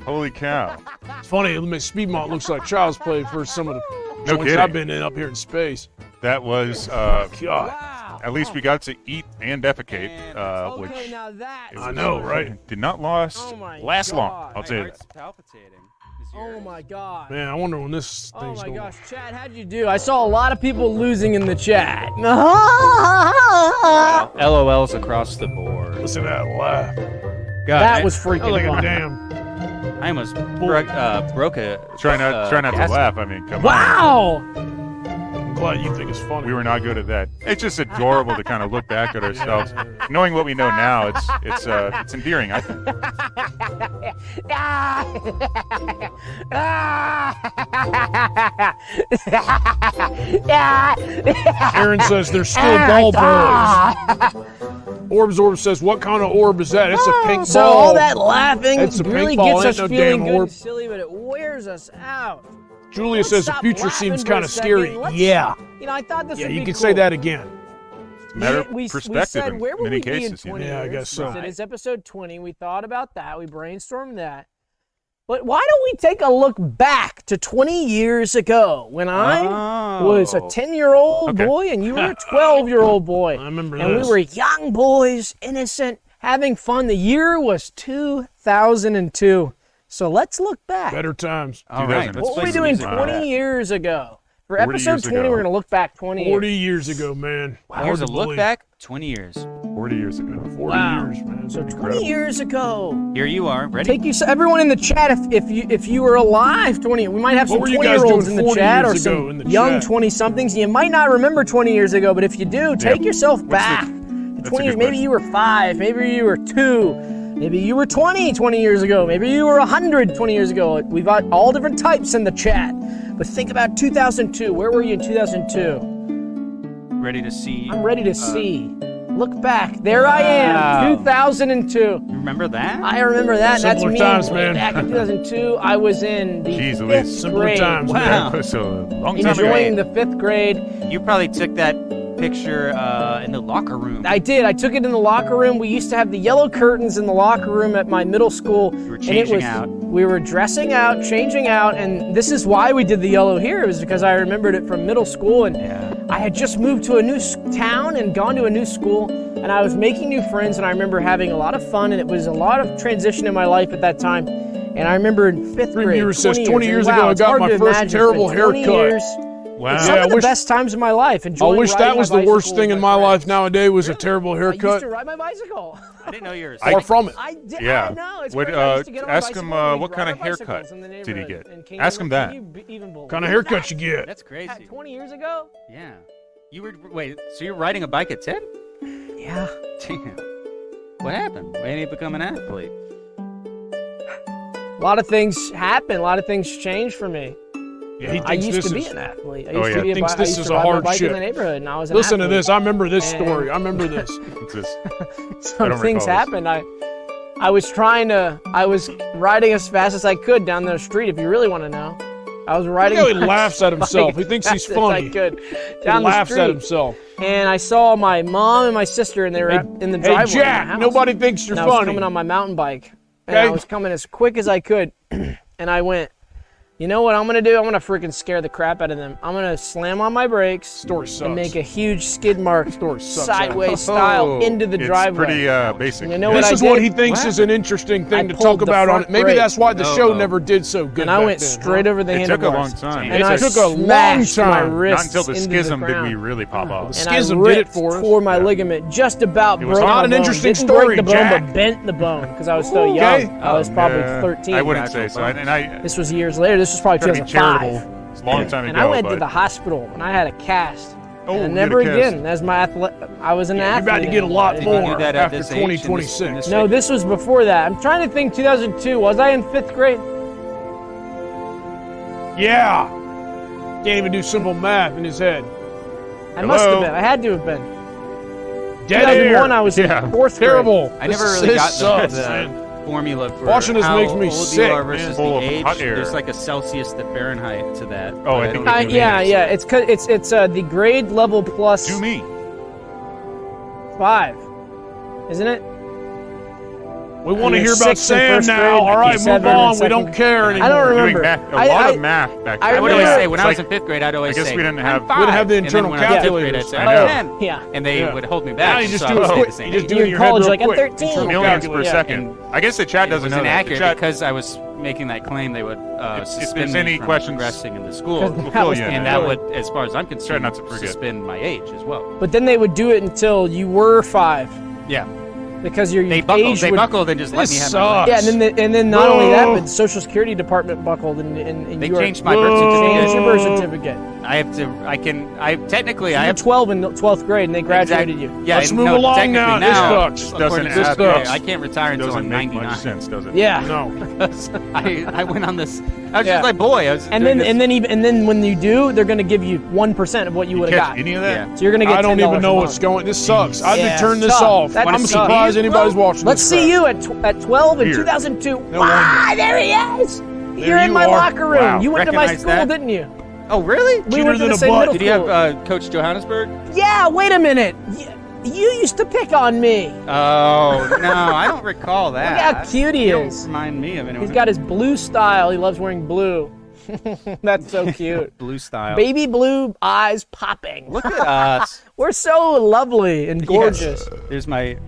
Holy cow.
It's funny. I mean, Speedmont looks like child's play for some of the
No
joints
kidding.
I've been in up here in space.
That was uh
God,
Wow.
at least we got to eat and defecate,
And-
uh, which
Okay, now that.
it
I
was-
know, right?
Did not last
Oh my
last long.
God.
I'll tell you that.
palpitating. Is
Oh
yours.
my god.
man, I wonder when this
Oh
thing's
my
going.
gosh, Chad, how'd you do? I saw a lot of people losing in the chat.
LOLs across the board.
Listen to that laugh.
God,
that
I-
was freaking
Like a
fun.
damn.
I almost bro- uh, broke a.
Try not
uh,
try not to
gasket.
laugh. I mean, come on.
Wow!
I'm glad you think it's funny.
We were not good at that. It's just adorable to kind of look back at ourselves. Knowing what we know now, it's it's uh it's endearing, I think.
Aaron says they're still ball boys.
Ah,
Orbs Orb says, what kind of orb is that? It's a pink
Oh, So
ball.
all that laughing
It's a pink
really
ball,
gets
ain't
us
no
feeling
damn
good
orb.
and silly, but it wears us out.
Julia says the
Stop
future
laughing
seems
for a
kind of
second.
scary.
Let's-
Yeah.
You know, I thought this
Yeah,
would
you
be
can
cool.
say that again.
Matter of
We- we, we
perspective
said,
in
where will
many
we be in
cases, you know.
20
Yeah, I
years?
guess so.
We said, it's episode 20. We thought about that. We brainstormed that. But why don't we take a look back to 20 years ago when I was a
Oh.
10 year old
Okay.
boy and you were a 12 year old boy?
I remember
And
this.
we were young boys, innocent, having fun. The year was 2002. So let's look back.
Better times.
All right, Uh,
2000.
let's
What
what
play
were we
some
doing
music.
20 years ago? For
40
episode
years
20,
ago.
we're going to look back 20 years.
40 years ago, man. Hard
Here's
to
a look
believe.
back. 20 years.
40 years ago.
40
Wow.
years, man.
So 20 years ago.
Here you are. Ready?
Take you so everyone in the chat if, if you if you were alive 20 we might have
What
some
were you
20
guys
year olds in
doing
the
40
chat
years
or
ago in
some
the
young
chat?
20 somethings you might not remember 20 years ago but if you do take yourself back to
a
20 years maybe
good question.
you were 5 maybe you were 2 maybe you were 20 20 years ago maybe you were 100 20 years ago we've got all different types in the chat but think about 2002 where were you in 2002
Ready to see.
I'm
Uh,
ready to see look back there I am
Wow.
2002
You Remember that?
I remember that. That's
Simpler
me.
times,
way
man.
Back in 2002, I was in the
Jeez,
fifth
Elise.
Simpler
grade,
times, man.
Wow.
so a long time ago.
enjoying the fifth grade.
You probably took that picture uh, in the locker room.
I did. I took it in the locker room. We used to have the yellow curtains in the locker room at my middle school.
were
and it
changing
was,
out.
We were dressing out, changing out, and this is why we did the yellow here. It was because I remembered it from middle school, and I had just moved to a new s- town and gone to a new school, and I was making new friends, and I remember having a lot of fun, and it was a lot of transition in my life at that time. And I remember in fifth
Three
grade,
viewers says,
20 years,
20 years ago,
wow,
I
it's
got
hard
my
to
first
imagine. It's been
terrible
20
haircut.
Years,
Wow.
some
Yeah, I
of the
wish-
best times of my life.
I
Enjoying
wish
riding
that was
my
the worst
bicycle
thing
with
in my
friends.
life nowadays was a terrible
I used
haircut.
to ride my bicycle.
I didn't know yours.
Far from it.
I did.
Yeah.
I know. It's
What,
crazy. I
uh,
used to get on my
ask
bicycle
him,
and
uh,
we'd
what
ride
kind
our
of haircut
bicycles in the
did he
neighborhood.
get?
And can
Ask
you-
him
can
that.
you b- even believe
kind of haircut you
that?
get?
That's crazy.
At 20 years ago?
Yeah. You were wait. So you're riding a bike at ten?
Yeah.
Damn. What happened? Why didn't you become an athlete?
A lot of things happen. A lot of things change for me.
Yeah, he
I
thinks
used
this
to be
is-
an athlete. I
Oh,
used
yeah.
to be a bi-
Thinks
I
this
used
is
to
a
ride my
hard
bike in
shit.
the neighborhood, and I was an
Listen to
athlete.
this. I remember this
And-
story. I remember this.
It's just- I
some
don't
things
recall this.
happened. I I was trying to I was riding as fast as I could down the street if you really want to know. I was riding.
how he
my-
laughs at himself.
my
He thinks he's
fastest I
funny.
could.
He
Down the
laughs
street.
at himself.
And I saw my mom and my sister, and they were
Hey,
at- in the
hey
driveway. of my
Jack,
house.
nobody thinks you're
and I was
funny.
coming on my mountain bike, and I
Okay.
was coming as quick as I could, and I went. You know what I'm gonna do? I'm gonna freaking scare the crap out of them. I'm gonna slam on my brakes
Story sucks.
and make a huge skid mark
Story sucks.
sideways
Oh,
style into the
it's
driveway.
pretty uh, basic.
You know
Yeah.
what
This
I
is what
did?
he thinks
What
is an interesting thing
I
to
pulled
talk
the
about on
front
it. Maybe
brake.
that's why the
No,
show
no.
never did so good.
and I
back
went
then,
straight
huh?
over the
It took a long
handlebars.
time.
And
It
I
took a long
smashed my
time. Not
wrist
Not until the
into
schism
the
did
ground.
we really pop off.
and
Schism
I
did
ripped,
it for us.
tore my ligament just about
It was
broke
not
my
an
bone.
interesting
Didn't
story,
break the bone,
Jack.
but bent the bone because I was so young.
Okay.
I was probably
Yeah,
13.
Oh, I wouldn't
actually.
say so. And I
This was years later. This was probably
trying to be
2005.
charitable. It's a long time ago.
and I went to
but-
the hospital and I had a cast.
Oh,
and I
you had
never
a cast.
again. As my athlete, I was an
You're
athlete.
about to get a lot
anymore.
Did you do
more
that at
after
this age in this- in
2026.
this
No, this was before that. I'm trying to think. 2002. Was I in fifth grade?
Yeah. Can't even do simple math in his head.
I must have
Hello?
been. I had to have been.
Dead
2001.
air.
I was
Yeah.
in fourth
Terrible.
I never
This
really got
sucks,
the,
man.
the formula for
Watching this
how
makes me
old
sick,
you are
man.
versus
Full
the
of
age.
hot air.
There's like a Celsius to Fahrenheit to that.
Oh, I
but
think
don't
we
grade. Uh,
think
do
it
yeah,
is.
yeah. It's 'cause- it's it's uh, the grade level plus
Do me.
five, isn't it?
We want to
You're
hear about
sixth and
Sam
first
now.
grade,
All right, move
seventh and
on. We
second.
don't care anymore.
I don't
Doing
remember.
math, a
I-
lot
I-
of math back
I
then.
I would always
Yeah.
say when
It's
I was
like-
in fifth grade, I'd always
I guess
say
we didn't have-
I'm
we
five.
didn't have the
And then
internal
when I was in fifth grade,
calculators.
I'd say
I know.
I'm ten.
Yeah.
And they
Yeah.
would hold me back.
Now you just
so
do
I
it
would say
quick.
the
You
same
just
age.
do
You're
it in
in
your head
college,
real
like, I'm
quick.
13.
Internal
Millions per
calculator.
second. I guess the chat
It was
doesn't know that. The
inaccurate
chat,
because I was making that claim they would uh,
If- if
suspend
there's
me
any
from
questions-
progressing in the
we'll
school,
That
fill
was-
you in.
and that would, as far as I'm concerned,
not to forget.
suspend my age as well.
But then they would do it until you were five
Yeah,
because your
they
age
buckled. They
would.
buckled and just let
This
me have.
sucks.
My life.
Yeah, and then the, and then not only that,
Whoa.
but the Social Security Department buckled and and, and
They
you were-
changed my birth
Whoa.
changed your
certificate.
birth certificate.
I have to. I can. I technically. I
You're
have
12 in 12th grade, and they graduated
Exact-
you.
Yeah,
Let's
and
move
no,
along
technically
now. This
Now,
sucks.
Doesn't
according to
add
this criteria,
up.
I can't retire until
doesn't
I'm
make much
99.
sense, does it?
Yeah.
No.
I, I went on this. I was
Yeah.
just like, boy, I was.
And
doing
then
this-
and then even and then when you do, they're going to give you one percent of what you
You
would
catch
have got.
any of that?
Yeah.
So you're going to get.
I don't even
$10
know
a
what's
month.
going. This sucks. I
Yeah,
had to turn this
sucks.
off.
That
I'm
sucks.
surprised anybody's watching.
Let's
this
see
crap.
you at tw- at 12 in
Here.
2002.
No
ah, there he is. you're in
you
my
are.
locker room.
Wow.
You went to my
Recognize
school,
that?
didn't you?
Oh, really?
We went to
than
the
a
same
butt.
middle
Did you have
school.
uh, Coach Johannesburg?
yeah. Wait a minute. Y- You used to pick on me.
Oh no, I don't recall that.
how cute he
You don't
is.
Remind me of anyone.
He's got his blue style. He loves wearing blue. That's so cute.
blue style.
Baby blue eyes popping.
Look at us.
We're so lovely and gorgeous.
Yes. There's my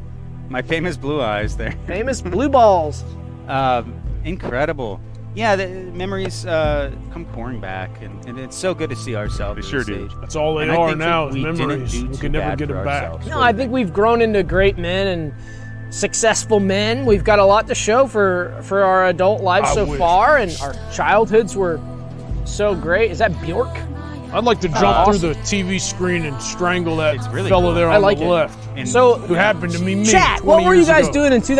my famous blue eyes there.
Famous blue balls.
Um, incredible. Yeah, the memories uh, come pouring back, and, and it's so good to see ourselves.
They
at
sure
this
do.
age.
That's all they
And I
are
think
now
that
is
we didn't
memories.
do
We
too
can never
bad
get
for
them back.
ourselves.
No, I think we've grown into great men and successful men. We've got a lot to show for for our adult life
I
so
wish.
far, and our childhoods were so great. Is that Bjork?
I'd like to jump through the TV screen and strangle that
It's really
fellow
cool.
there on
I like
the
it.
left.
And-
Who
So,
happened to be me?
chat.
20
What were you
years
guys
ago.
doing in
And I hate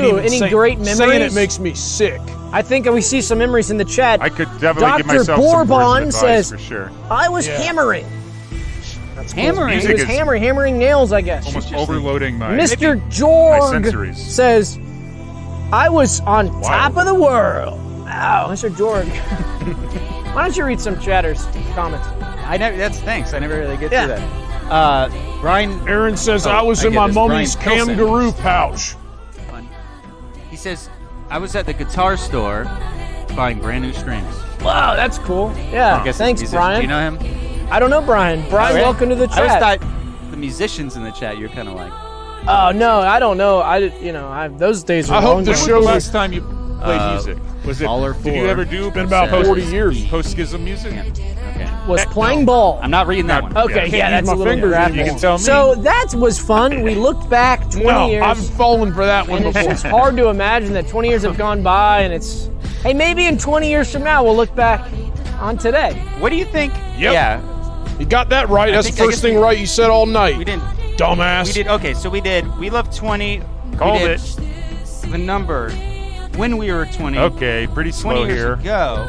2002?
even
Any
saying-
great
Saying it
memories?
makes me sick.
I think we see some memories in the chat.
I could definitely give
Dr.
myself some
Bourbon
words of advice
says-
for sure.
I was
Yeah.
hammering.
Hammering.
He
Music
was
is
hammer hammering nails, I guess.
almost overloading my.
Mr. Jorg
sensories.
says, I was on top of the world. Wow, Mr. Jorg. Why don't you read some chatters, comments?
I never. That's thanks. I never really get
Yeah.
to that. Uh, Brian
Aaron says
Oh,
I was
I
in
get
my
this.
mommy's
Brian Pilsen.
kangaroo pouch.
Fun. He says, I was at the guitar store buying brand new strings.
Wow, that's cool. Yeah,
I guess
thanks,
he's a musician.
Brian.
Do you know him?
I don't know Brian. Brian,
Oh, yeah?
welcome to the
I always
chat.
thought the musicians in the chat, you're kind of like.
oh no, I don't know. I did- you know I, those days were
I hope
long
the
gone.
When was
show
the
was-
last time you played
Uh,
music? Was it?
Baller
Did you
Four.
ever do
Been about
Says-
40 years.
post schism music?
Okay.
was
Heck,
playing
no.
ball.
I'm not reading that one.
Oh,
okay, yeah,
Yeah, I
can't use
that's
my
a little
fingers
graphic.
You can tell me.
So that was fun. We looked back 20
No,
years.
I've fallen for that one
And it's,
before.
it's hard to imagine that 20 years have gone by and it's, hey, maybe in 20 years from now we'll look back on today.
What do you think?
Yep.
Yeah.
You got that right. That's
think-
the
I
first
guess
thing
we-
right you said all night.
We didn't.
Dumbass.
We did. Okay, so we did. We love 20.
Called
we did
it.
The number when we were 20.
Okay,
20
pretty slow
years
here.
ago.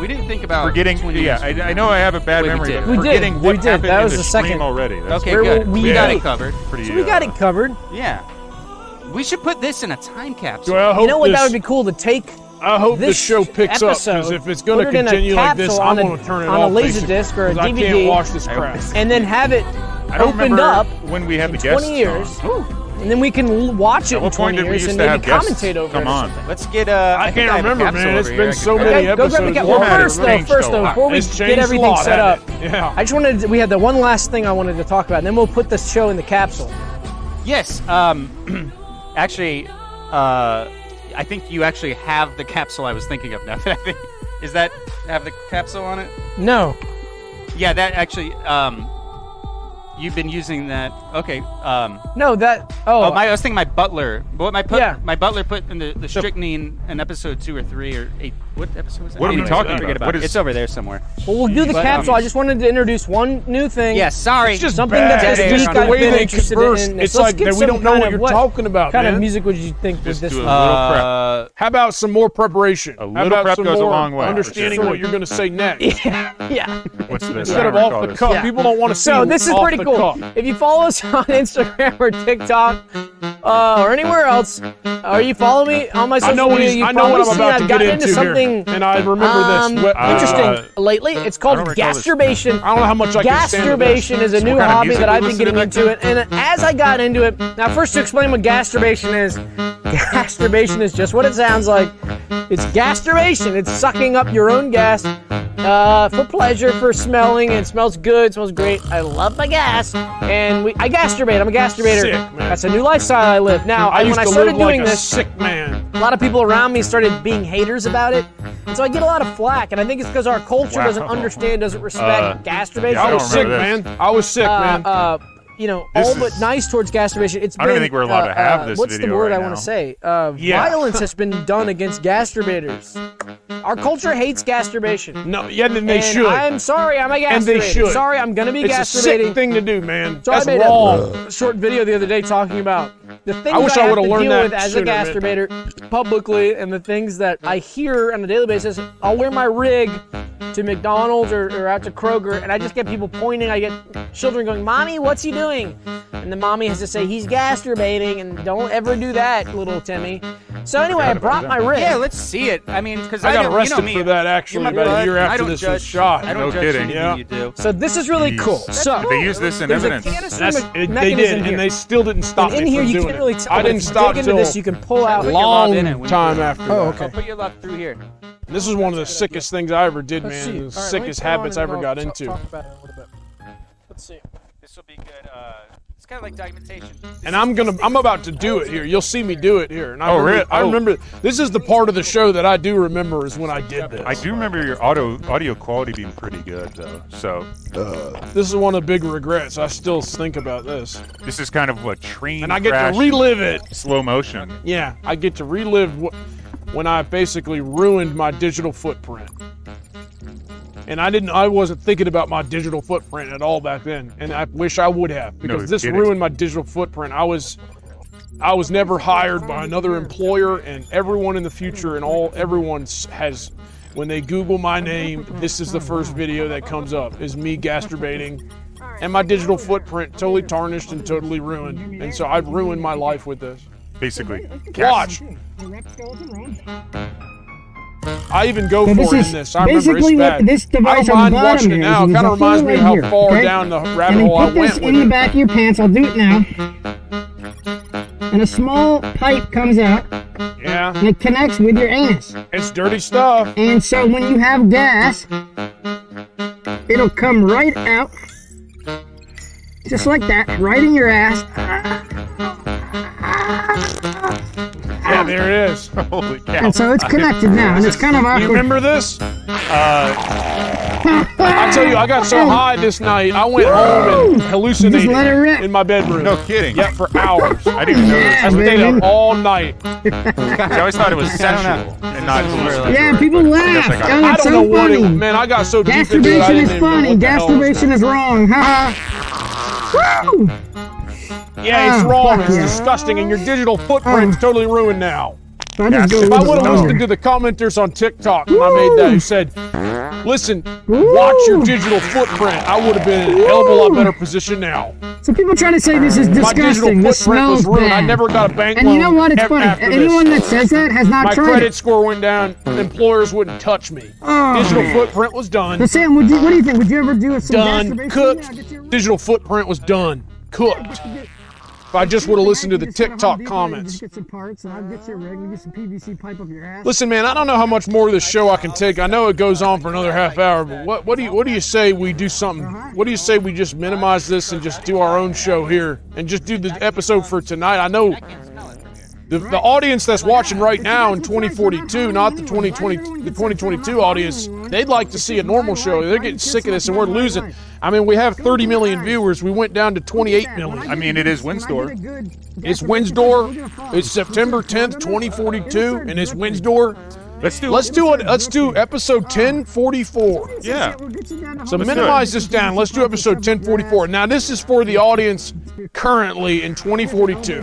We didn't think about
Forgetting.
20
Yeah,
years ago.
I, I know I have a bad
Wait, we
memory,
did.
but
We did.
forgetting
We
what
did.
happened
That
in
was
the,
the second-
stream already. That's
Okay,
Where
good.
were we
We got
at?
it covered.
pretty. uh,
So we got it covered.
Yeah. We should put this in a time capsule.
Well, I hope
You know what? That
this-
would be cool to take
I hope this,
This
show picks up because
episode,
if it's going to
put it in a
continue like this,
capsule on
I'm
a-
going to turn it
on a
off.
laser
basically,
disc or a
'cause I can't
DVD.
watch this
I hope
crap.
it's-
and then have it
I don't
opened
remember
up
when we had the
in
guests.
20 years,
on. Ooh.
and then we can l- watch it
At
in
what
20
point did we
years
used
and
to
maybe
have guests?
commentate over
Come
it or
on.
something.
Let's get. Uh,
I
think
can't
have a
remember,
capsule
man.
over
It's
here.
been
I
so
could-
many
Okay, go grab
episodes.
a cap-
We're
Well,
gonna have to
first though,
change
first
the
though,
lot.
before we
It's
get
changed a
everything
lot,
set up,
hasn't it? Yeah.
I just wanted to, we had the one last thing I wanted to talk about, and then we'll put the show in the capsule.
Yes. Um, actually, uh, I think you actually have the capsule I was thinking of. Now that I think, is that have the capsule on it?
No,
Yeah, that actually. Um, you've been using that. Okay. Um,
no, that oh,
oh, my, I was thinking my butler. What my put,
Yeah.
my butler put in the, the strychnine in episode two or three or eight. What episode was that?
What are we
Anyways,
talking
forget
about? What
it.
is-
It's over there somewhere.
well, we'll do the
But,
capsule.
um,
I just wanted to introduce one new thing.
Yeah. Sorry.
It's just
something
bad.
that
Dead
this
air
week
on
I've
the
way
been
they
interested
converse.
in.
It's
Let's
like
get
that we
some
don't know
kind
what
of
you're talking about,
Kind
man.
of music would you think
Just
with this?
do it.
one?
uh,
How about some more preparation?
A
How
little
about
prep
some
goes a
more
long way, for
Understanding
sure.
what you're going to say next
yeah.
What's this?
instead
I
of
don't
off
recall
the
this.
cuff.
Yeah.
People don't want to see.
So this is
off
pretty
the
cool.
cuff.
If you follow us on Instagram or TikTok uh, or anywhere else, or you follow me on my
I
social
know what
media,
he's-
you
I know
probably
what I'm
seen
about
I've
to get
gotten
into
something
here, and I remember
um,
this. What-
interesting
uh,
lately. It's
I
called
don't recall this.
gasturbation.
I don't know how much I can stand to this.
Gasturbation is a
So
new
what kind of
hobby
music
that
we
I've been
listen to
getting
back
into it, and as I got into it, now first to explain what gasturbation is, gasturbation is just what it sounds like. It's gasturbation. It's sucking up your own gas uh, for pleasure, for smelling. It smells good, smells great. I love my gas, and we, I gasturbate. I'm a gasturbator.
Sick, man.
That's a new lifestyle I live now.
I
and
used
when I
to
started
live
doing
like a
this,
sick man.
a lot of people around me started being haters about it. And so I get a lot of flack, and I think it's because our culture doesn't
Wow.
understand, doesn't
Uh,
respect gasturbation.
yeah, I
I
don't
was sick,
remember this.
man. I was sick, man.
Uh, uh, you know,
This
all
is-
but nice towards gasturbation. It's
I don't
been,
think we're allowed
uh,
to have
uh,
this
What's the
video
word
right
I want
now.
to say? Uh,
Yeah.
Violence has been done against gasturbators. Our culture hates gasturbation.
No, yeah, then they
and
should.
I'm sorry, I'm a gasturbator.
And they should.
Sorry, I'm gonna be
it's a
masturbating.
sick thing to do, man.
So
That's
I made
wrong.
a Uh, short video the other day talking about the things I,
I wish I
have
would've
to
learned
deal
that
with as a
sooner, man.
gasturbator publicly, and the things that I hear on a daily basis. I'll wear my rig to McDonald's or, or out to Kroger, and I just get people pointing. I get children going, "Mommy, what's he doing?" And the mommy has to say, "He's gasturbating," and don't ever do that, little Timmy. So anyway, I brought my rig.
yeah. Let's see it. I mean, because
I
I,
got
know-
arrested
you know me,
for that, actually,
You're my
about a
bud,
year
and
after
I don't
this
judge,
was shot.
I don't
No
judge
kidding.
anything
Yeah.
you do.
So this is really
Jeez.
cool. So
They use this in
there's a
evidence.
canister
That's,
me-
it, they
mechanism
did,
here.
and they still didn't stop
and in
me
here
from
you
doing
can't
it.
really tell.
I
If
didn't
you
stop
dig into
till
this. You can pull out.
Look, you're
long
logged in it when
time
you're-
after.
Oh,
that.
okay.
I'll put your left through here.
This is one of the sickest things I ever did,
Let's
man.
see.
and
All right,
The
let me
sickest
turn it on
habits I
and
ever
I'll
got
talk-
into.
talk about it a little bit. Let's see.
This will be good. Uh, it's kind of like documentation.
And I'm gonna, I'm about to do it here. You'll see me do it here. And I
Oh,
remember,
really?
I
Oh.
remember. This is the part of the show that I do remember is when I did this.
I do remember your audio audio quality being pretty good though. So
this is one of the big regrets. I still think about this,
this is kind of what train
and I get
crash
to relive it.
slow motion.
Yeah, I get to relive wh- when I basically ruined my digital footprint. And I didn't I wasn't thinking about my digital footprint at all back then. And I wish I would have because this
kidding.
ruined my digital footprint. I was I was never hired by another employer and everyone in the future and all everyone s- has when they google my name, this is the first video that comes up is me gasturbating. And my digital footprint totally tarnished and totally ruined. And so I've ruined my life with this.
Basically,
Watch. I even go
So
for
this
it
is
in this. I
basically
remember it's bad. I
what this device
don't
on
mind
the bottom
watching
here
it
is.
now.
It
It kind of reminds me
right
of how
here,
far
okay?
down the
And
rabbit
then
hole I
put this
went with
in the
it.
back of your pants. I'll do it now. And a small pipe comes out
Yeah,
and it connects with your anus.
it's dirty stuff.
And so when you have gas, it'll come right out, just like that, right in your ass.
Yeah, there it is.
holy cow!
And so it's connected now, and it's kind of
You
awkward.
remember this? Uh, I tell you, I got so high this night, I went home and hallucinated
Oh. Just let it rip.
in my bedroom.
No kidding.
Yeah, for hours.
I didn't know this.
I stayed
baby.
up all night.
I always thought it was sexual and not hallucinatory.
Yeah, people
but I
laugh,
guess I got
don't
it.
they?
I
It's
don't know
so
what it
funny.
man. I got so deep into it. I
Masturbation
didn't
is
even know
funny.
what the hell was going
Masturbation is wrong. Ha ha. Woo!
Yeah, it's
Oh,
wrong.
fuck
It's
yeah. Ah.
disgusting, and your digital footprint's totally ruined now.
I just go
If
If I would
with the
have
flow.
listened to the commenters on TikTok when I made that, who said, "Listen, watch your
Woo.
digital footprint," I would have been in a hell of a lot better position now.
So people try to say this is
My digital
disgusting. This
footprint
smells
was ruined.
bad.
I never got a bank
and
loan.
you know what? It's
ev-
funny.
after
Anyone
this.
that says that has not
my
tried
credit
it.
score went down. Employers wouldn't touch me.
Oh,
Digital
man.
footprint was done.
But Sam, would you, what do you think? Would you ever do a some
done.
masturbation?
Cooked.
Yeah, get you a-
Digital footprint was done. Cooked. If I just would have listened to the
You just go Home
TikTok
Depot,
comments.
Just get some parts, and I'll get you a rig. You get some PVC pipe up your ass.
Listen, man, I don't know how much more of this show I can take. I know it goes on for another half hour, but what, what do you what do you say we do something? What do you say we just minimize this and just do our own show here and just do the episode for tonight? I know the, the audience that's watching right now in 2042, not the 2020 the 2022 audience, they'd like to see a normal show. They're getting sick of this and we're losing. I mean, we have 30 million viewers. We went down to 28 million.
I mean, it is Winsdor.
It's Winsdor. It's September 10th, 2042, and it's Winsdor.
Let's do.
Let's do it. Let's do episode 1044.
Yeah.
So minimize this down. Let's do episode 1044. Now this is for the audience currently in 2042,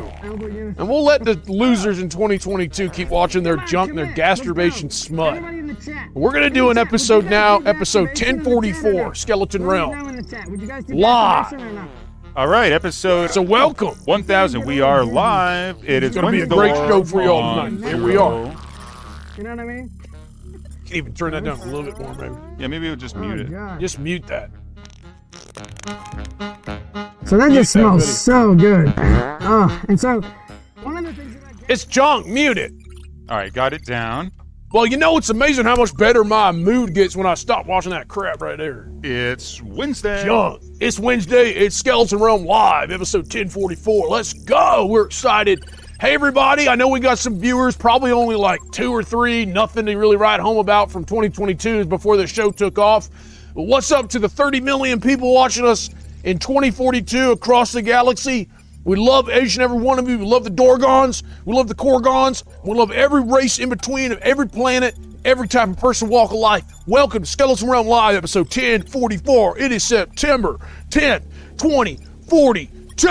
and we'll let the losers in 2022 keep watching their junk and their gasturbation smut. We're gonna do an episode now, episode 1044, Skeleton Realm. Live.
All right, episode.
So welcome.
1000. We are live. It is
gonna be a
Wednesday
great show for y'all
on
tonight. Here we are.
You know what I mean?
Can even turn that down a little bit more, maybe.
Yeah, maybe we'll just mute it.
Oh, God.
Just mute that.
So that just
that hoodie.
smells so good. Oh, and so one of the things that I get
It's junk. Mute it.
All right, got it down.
Well, you know, it's amazing how much better my mood gets when I stop watching that crap right there.
It's Wednesday.
Junk. It's Wednesday. It's Skeleton Realm Live, episode 1044. Let's go. We're excited. Hey, everybody. I know we got some viewers, probably only like two or three, nothing to really write home about from 2022 before the show took off. But what's up to the 30 million people watching us in 2042 across the galaxy? We love each and every one of you. We love the Dorgons. We love the Korgons. We love every race in between of every planet, every type of person, walk of life. Welcome to Skeleton Realm Live, episode 1044. It is September 10th, 2042.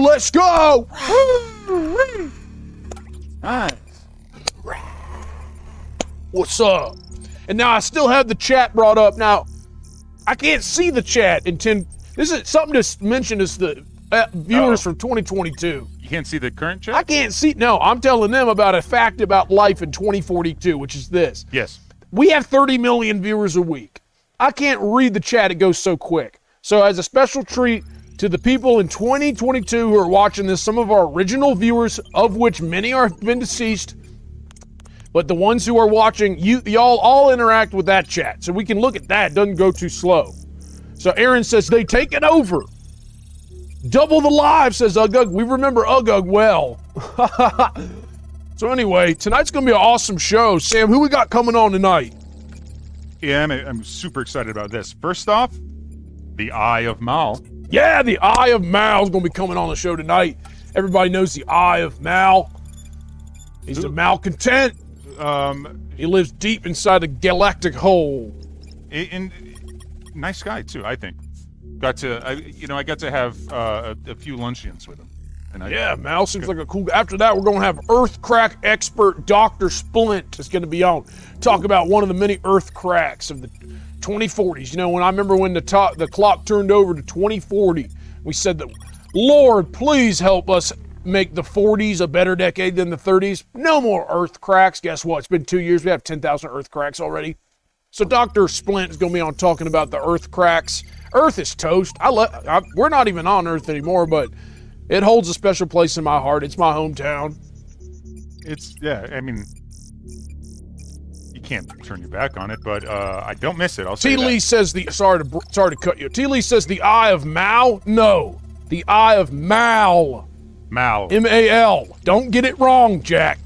Let's go.
Nice.
What's up? And now I still have the chat brought up. Now, I can't see the chat in 10. This is something to mention is the uh, viewers from 2022.
You can't see the current
I
chat?
can't see. No, I'm telling them about a fact about life in 2042, which is this.
Yes.
We have 30 million viewers a week. I can't read the chat, it goes so quick. So, as a special treat to the people in 2022 who are watching this, some of our original viewers, of which many are have been deceased, but the ones who are watching, you y'all all interact with that chat. So we can look at that. It doesn't go too slow. So Aaron says they take it over. Double the live, says Ugug. We remember Ugug well. so anyway, tonight's gonna be an awesome show. Sam, who we got coming on tonight?
Yeah, I'm, I'm super excited about this. First off, the Eye of Mal.
Yeah, the Eye of Mal is going to be coming on the show tonight. Everybody knows the Eye of Mal. He's a malcontent.
Um,
He lives deep inside the galactic hole.
a- and nice guy too, I think. Got to, I, you know, I got to have uh, a, a few luncheons with him. And I,
Yeah, Mal seems like a cool guy. After that, we're going to have Earth crack expert Dr. Splint is going to be on. Talk about one of the many Earth cracks of the 2040s. You know, when I remember when the, top, the clock turned over to 2040, we said that, Lord, please help us make the 40s a better decade than the 30s. No more Earth cracks. Guess what? It's been two years. We have 10,000 Earth cracks already. So Dr. Splint is going to be on talking about the Earth cracks. Earth is toast. I, le- I we're not even on Earth anymore, but it holds a special place in my heart. It's my hometown.
It's yeah. I mean, you can't turn your back on it, but uh, I don't miss it. I'll say
T.
that.
Lee says the sorry to br- sorry to cut you. T. Lee says the eye of Mao. No, the eye of Mal.
Mal.
M A L. Don't get it wrong, Jack.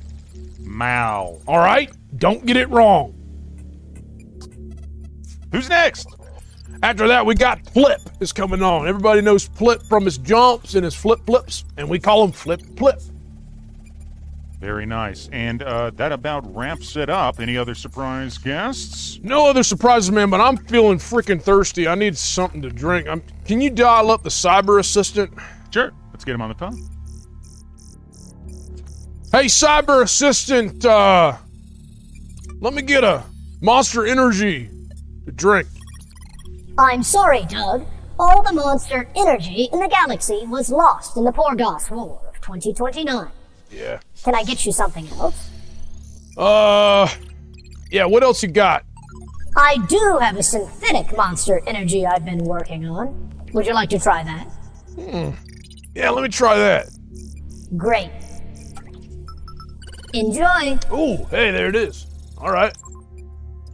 Mal.
All right, don't get it wrong.
Who's next?
After that, we got Flip is coming on. Everybody knows Flip from his jumps and his flip flips, and we call him Flip Flip.
Very nice. And uh, that about wraps it up. Any other surprise guests?
No other surprises, man, but I'm feeling freaking thirsty. I need something to drink. I'm, can you dial up the cyber assistant?
Sure. Let's get him on the phone.
Hey, cyber assistant, uh, let me get a monster energy to drink.
I'm sorry, Doug. all the monster energy in the galaxy was lost in the Porgos War of 2029.
Yeah.
Can I get you something else?
Uh, yeah. What else you got?
I do have a synthetic monster energy I've been working on. Would you like to try that?
Yeah, let me try that.
Great. Enjoy.
Ooh, hey, there it is. All right.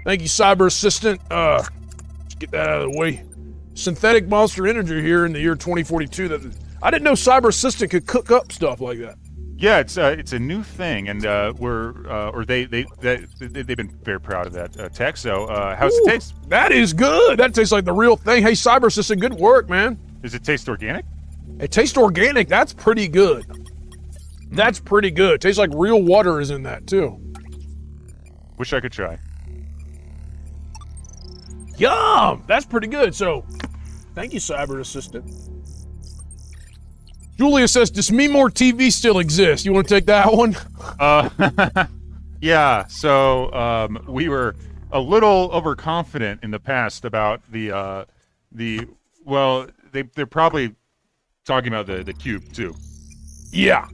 Thank you, cyber assistant. Uh, let's get that out of the way. Synthetic monster energy here in the year 2042. That I didn't know cyber assistant could cook up stuff like that.
Yeah, it's uh, it's a new thing, and uh, we're uh, or they they, they they they've been very proud of that uh, tech. So uh, how's
Ooh,
it taste?
That is good. That tastes like the real thing. Hey, cyber assistant, good work, man.
Does it taste organic?
It tastes organic. That's pretty good. That's pretty good. Tastes like real water is in that too.
Wish I could try.
Yum! That's pretty good. So, thank you, cyber assistant. Julia says, "Does Me More TV still exist?" You want to take that one?
Uh, yeah. So um, we were a little overconfident in the past about the uh, the well, they they're probably talking about the the cube too.
Yeah.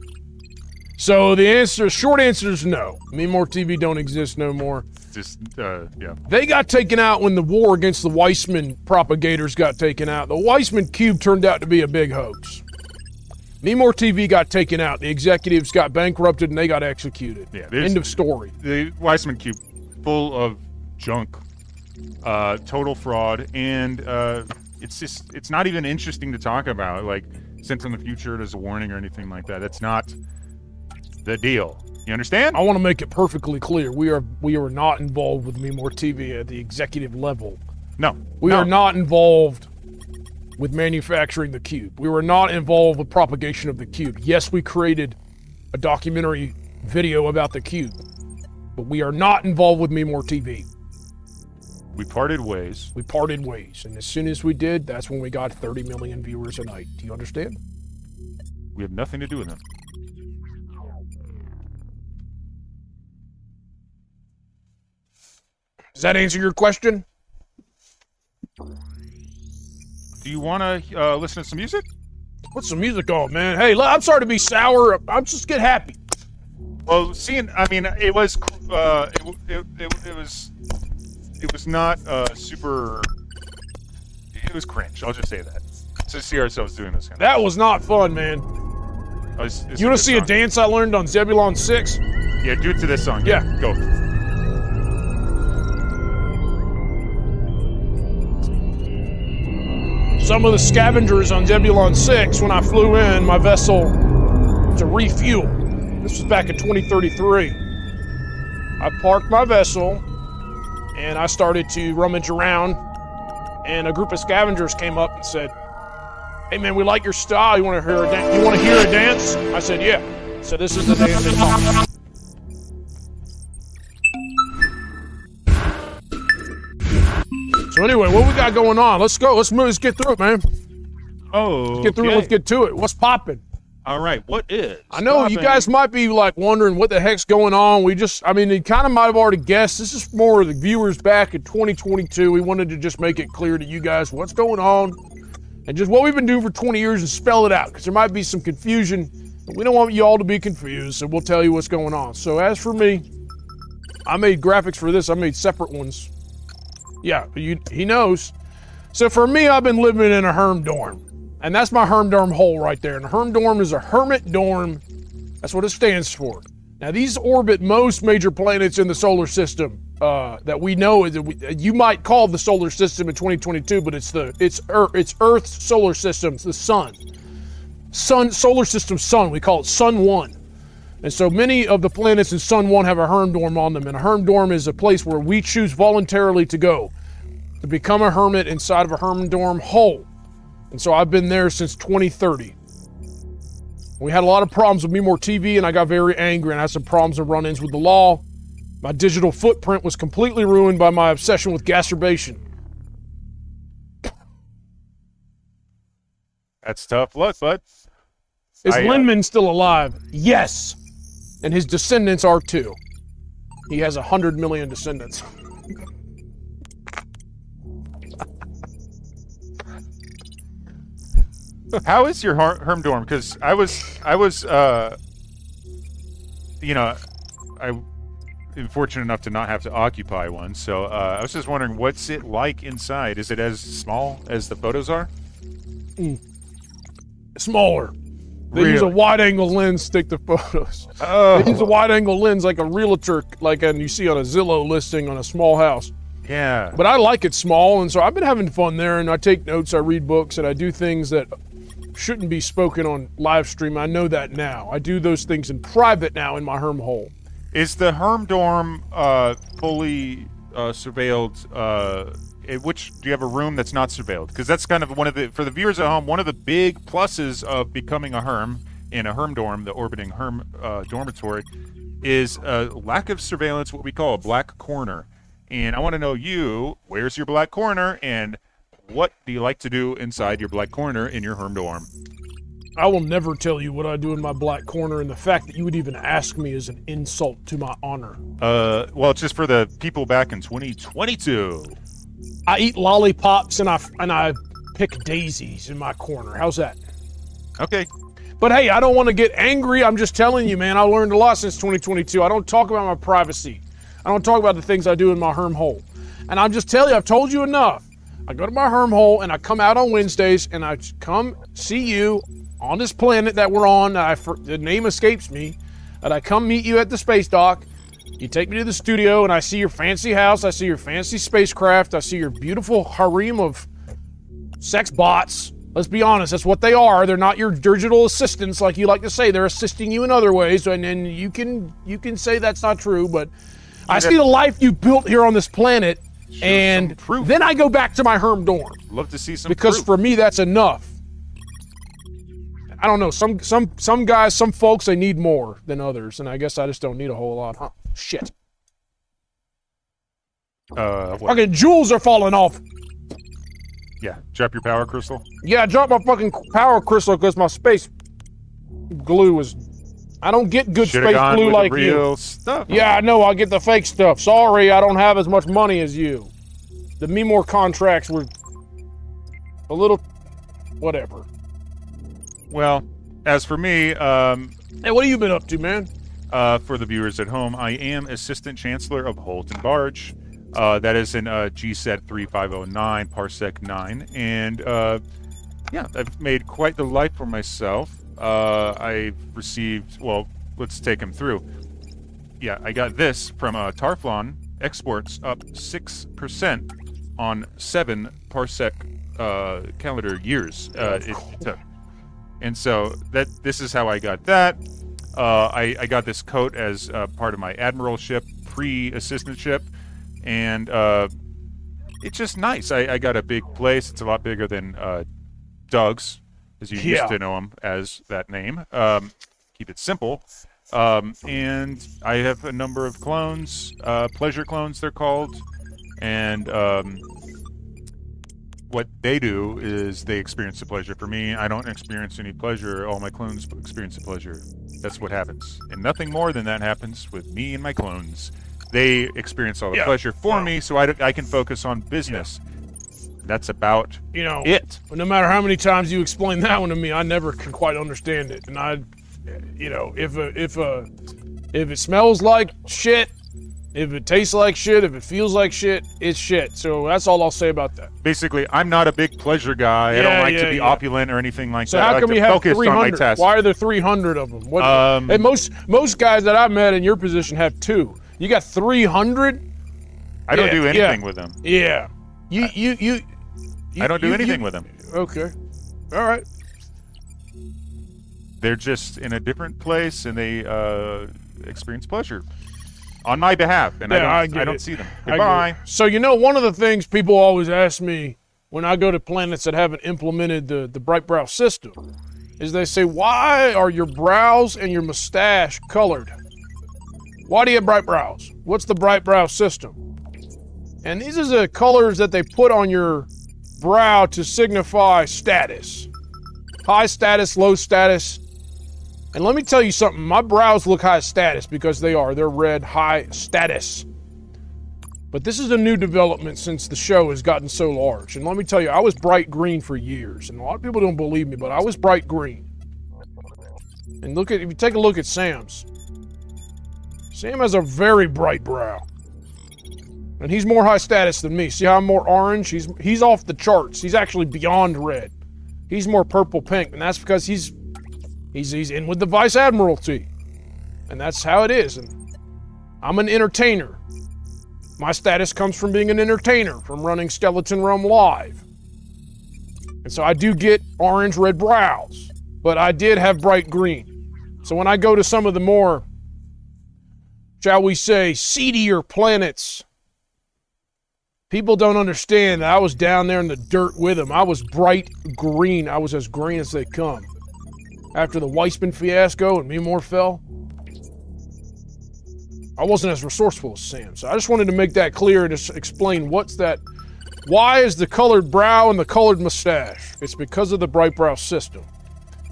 So the answer, short answer is no. Me More TV don't exist no more.
Just uh, yeah.
They got taken out when the war against the Weissman propagators got taken out. The Weissman cube turned out to be a big hoax. Me More TV got taken out. The executives got bankrupted and they got executed.
Yeah, there's-
End of story.
the Weissman cube full of junk, uh, total fraud, and uh, it's just it's not even interesting to talk about. Like sent from the future as a warning or anything like that. That's not the deal. You understand?
I want to make it perfectly clear. We are we are not involved with Me More TV at the executive level.
No,
We
no.
are not involved with manufacturing the cube. We were not involved with propagation of the cube. Yes, we created a documentary video about the cube, but we are not involved with Me More TV.
We parted ways.
We parted ways, and as soon as we did, that's when we got 30 million viewers a night. Do you understand?
We have nothing to do with them.
Does that answer your question?
Do you want to uh, listen to some music?
Put some music on, man. Hey, look, I'm sorry to be sour. I'm just get happy.
Well, seeing, I mean, it was, uh, it, w- it, it, it was, it was not uh, super. It was cringe. I'll just say that. To see ourselves doing this kind of.
That was not fun, man.
Oh, it's- it's
You want
good
to see a
song.
dance I learned on Zebulon 6?
Yeah, do it to this song.
Yeah.
go.
Some of the scavengers on Zebulon 6, when I flew in my vessel to refuel, this was back in 2033, I parked my vessel and I started to rummage around. And a group of scavengers came up and said, Hey man, we like your style. You want to hear a dance? You want to hear a dance? I said, Yeah. So this is the dance. it's called." So anyway, what we got going on? Let's go. Let's move. Let's get through it, man.
Oh,
get through it. Let's get to it. What's popping?
All right, what is?
I know you guys might be like wondering what the heck's going on. We just, I mean, you kind of might have already guessed. This is more of the viewers back in 2022. We wanted to just make it clear to you guys what's going on and just what we've been doing for 20 years and spell it out because there might be some confusion. And we don't want you all to be confused, so we'll tell you what's going on. So as for me, I made graphics for this. I made separate ones. Yeah, you, he knows. So for me, I've been living in a herm dorm, and that's my herm dorm hole right there. And a herm dorm is a hermit dorm. That's what it stands for. Now these orbit most major planets in the solar system uh, that we know that we, you might call the solar system in 2022, but it's the it's Earth, it's Earth's solar system, it's the sun, sun solar system sun. We call it Sun One. And so many of the planets in Sun One have a herm dorm on them, and a herm dorm is a place where we choose voluntarily to go to become a hermit inside of a herm dorm hole. And so I've been there since 2030. We had a lot of problems with Me More TV, and I got very angry and had some problems and run ins with the law. My digital footprint was completely ruined by my obsession with gasturbation.
That's tough luck, bud.
Is
I, uh,
Lindman still alive? Yes. And his descendants are too. He has a 100 million descendants.
How is your har- Herm dorm? Because I was, I was, uh, you know, I am fortunate enough to not have to occupy one. So uh, I was just wondering, what's it like inside? Is it as small as the photos are?
Smaller. They use a
Really? Oh.
wide-angle lens to take the photos. They use a wide-angle lens like a realtor, like and you see on a Zillow listing on a small house.
yeah.
But I like it small, and so I've been having fun there. And I take notes, I read books, and I do things that shouldn't be spoken on live stream. I know that now. I do those things in private now in my herm hole.
Is the Herm dorm uh, fully uh, surveilled? Uh, eh, which do you have a room that's not surveilled? Because that's kind of one of the for the viewers at home. One of the big pluses of becoming a Herm in a Herm dorm, the orbiting Herm uh, dormitory, is uh, lack of surveillance. What we call a black corner. And I want to know you. Where's your black corner? And what do you like to do inside your black corner in your Herm dorm?
I will never tell you what I do in my black corner, and the fact that you would even ask me is an insult to my honor.
Uh, well, it's just for the people back in 2022.
I eat lollipops and I and I pick daisies in my corner. How's that?
Okay,
But hey, I don't want to get angry. I'm just telling you, man. I learned a lot since 2022. I don't talk about my privacy. I don't talk about the things I do in my herm hole. And I'm just telling you, I've told you enough. I go to my herm hole and I come out on Wednesdays and I come see you on this planet that we're on. I for, the name escapes me. And I come meet you at the space dock. You take me to the studio and I see your fancy house. I see your fancy spacecraft. I see your beautiful harem of sex bots. Let's be honest, that's what they are. They're not your digital assistants, like you like to say. They're assisting you in other ways, and, and you can you can say that's not true. But I see the life you built here on this planet, and
proof.
then I go back to my herm dorm
love to see some
because
proof.
for me that's enough. I don't know. Some some some guys, some folks, they need more than others, and I guess I just don't need a whole lot. Huh? Shit.
Uh, what?
Fucking jewels are falling off.
Yeah, drop your power crystal.
Yeah, I dropped my fucking power crystal because my space glue was. I don't get good
Should have
space
gone
glue
with
like
the real stuff.
you. Yeah, I know. I get the fake stuff. Sorry, I don't have as much money as you. The Memor contracts were a little, whatever.
Well, as for me, um,
Hey, what have you been up to, man?
uh, for the viewers at home, I am Assistant Chancellor of Holt and Barge. Uh, that is in uh, GSET 3509, Parsec 9. And uh, yeah, I've made quite the life for myself. Uh, I've received, well, let's take them through. Yeah, I got this from uh, Tarflon exports up 6% on seven Parsec uh, calendar years. Uh, it took. And so that this is how I got that. Uh, I, I got this coat as uh, part of my admiralship, pre-assistantship, and uh, it's just nice. I, I got a big place. It's a lot bigger than uh, Doug's, as you
Yeah.
used to know him as that name. Um, keep it simple. Um, and I have a number of clones, uh, pleasure clones, they're called, and um, what they do is they experience the pleasure. For me, I don't experience any pleasure. All my clones experience the pleasure. That's what happens. And nothing more than that happens with me and my clones. They experience all the
Yeah.
pleasure for me, so I, I can focus on business. That's about
You know,
it.
no matter how many times you explain that one to me, I never can quite understand it. And I, you know, if a, if a, if it smells like shit, if it tastes like shit, if it feels like shit, it's shit. So that's all I'll say about that.
Basically, I'm not a big pleasure guy. I
Yeah,
don't like
yeah,
to be
yeah.
opulent or anything like
So
that. I
how
like
come
to
we have
focus on my
300?
task.
Why are there 300 of them? What,
Um,
and most most guys that I met in your position have two. You got 300?
I don't
Yeah,
do
yeah.
anything with them.
Yeah. You you you.
I don't do
you-
anything
you-
with them.
Okay. All right.
They're just in a different place and they uh, experience pleasure on my behalf, and
Yeah, I
I don't,
get
I, don't
it.
see them.
I agree.
Goodbye.
So you know, one of the things people always ask me when I go to planets that haven't implemented the the bright brow system is they say, "Why are your brows and your mustache colored? Why do you have bright brows? What's the bright brow system?" And these are the colors that they put on your brow to signify status, high status, low status. And let me tell you something, my brows look high status because they are. They're red high status. But this is a new development since the show has gotten so large. And let me tell you, I was bright green for years. And a lot of people don't believe me, but I was bright green. And look at if you take a look at Sam's. Sam has a very bright brow. And he's more high status than me. See how I'm more orange? He's he's off the charts. He's actually beyond red. He's more purple pink, and that's because he's he's he's in with the Vice Admiralty. And that's how it is. And I'm an entertainer. My status comes from being an entertainer, from running Skeleton Realm Live. And so I do get orange red brows, but I did have bright green. So when I go to some of the more, shall we say, seedier planets, people don't understand that I was down there in the dirt with them. I was bright green. I was as green as they come. After the Weissman fiasco and me more fell, I wasn't as resourceful as Sam. So I just wanted to make that clear and just explain what's that. Why is the colored brow and the colored mustache? It's because of the bright brow system.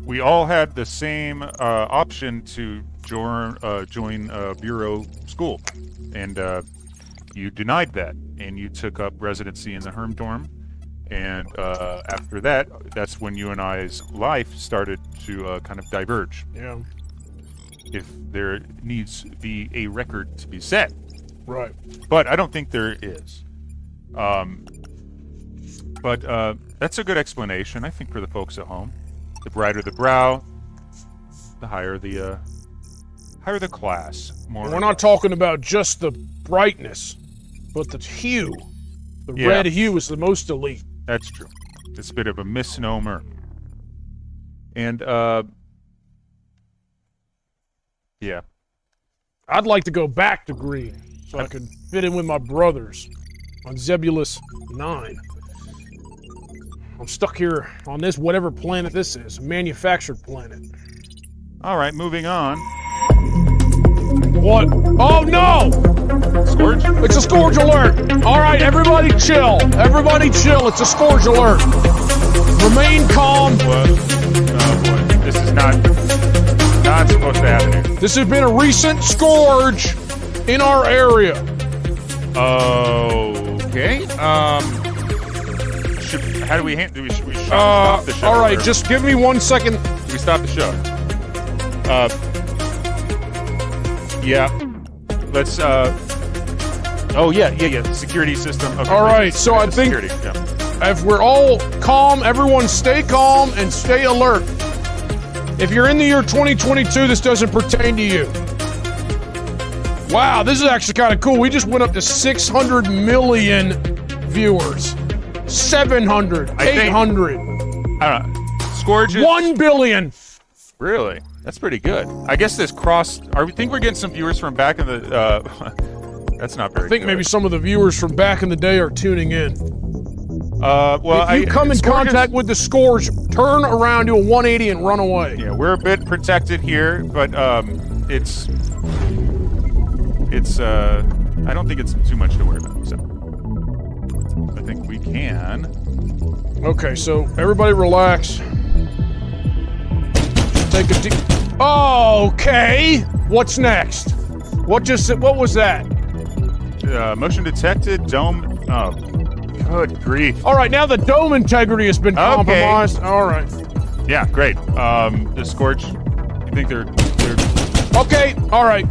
We all had the same uh, option to join uh, join uh, bureau school, and uh, you denied that, and you took up residency in the Herm dorm. And uh, after that, that's when you and I's life started to uh, kind of diverge.
Yeah,
If there needs be a record to be set,
right.
but I don't think there is. Um, but uh, that's a good explanation, I think, for the folks at home. The brighter the brow, the higher the uh, higher the class. More.
We're not talking about just the brightness, but the hue. The
Yeah.
red hue is the most elite.
That's true. It's a bit of a misnomer. And uh, yeah,
I'd like to go back to green so I could fit in with my brothers on Zebulus 9. I'm stuck here on this whatever planet this is, a manufactured planet.
All right, moving on.
What? Oh no!
Scorch.
It's a scourge alert! Alright, everybody chill! Everybody chill, it's a scourge alert! Remain calm.
What? Oh boy, this is not not supposed to happen. Here.
This has been a recent scourge in our area.
Oh, Okay. Um. Should, how do we hand? Do we, should we shop,
Uh,
stop the show?
all right,
or
just give me one second.
we stop the show. Uh. Yeah. Let's. Uh. Oh yeah, yeah, yeah. Security system. Okay,
All
right,
right, so I think-
security. Yeah.
If we're all calm, everyone stay calm and stay alert. If you're in the year 2022, this doesn't pertain to you. Wow, this is actually kind of cool. We just went up to 600 million viewers. 700,
think-
800,
I don't know. Scourges.
1 billion.
Really? That's pretty good. I guess this crossed. Are we think we're getting some viewers from back in the? Uh, that's not very.
I think
good.
maybe some of the viewers from back in the day are tuning in.
Uh, well,
if you
I,
come in
Scourges-
contact with the scourge, turn around, do a 180 and run away.
Yeah, we're a bit protected here, but um, it's it's uh, I don't think it's too much to worry about. So I think we can.
Okay, so everybody relax. Take a deep. Okay, what's next? What just? What was that?
Uh, motion detected. Dome. Oh, good grief.
All right, now the dome integrity has been
Okay.
compromised. All right.
Yeah, great. Um, the scorch. You think they're they're
Okay. All right.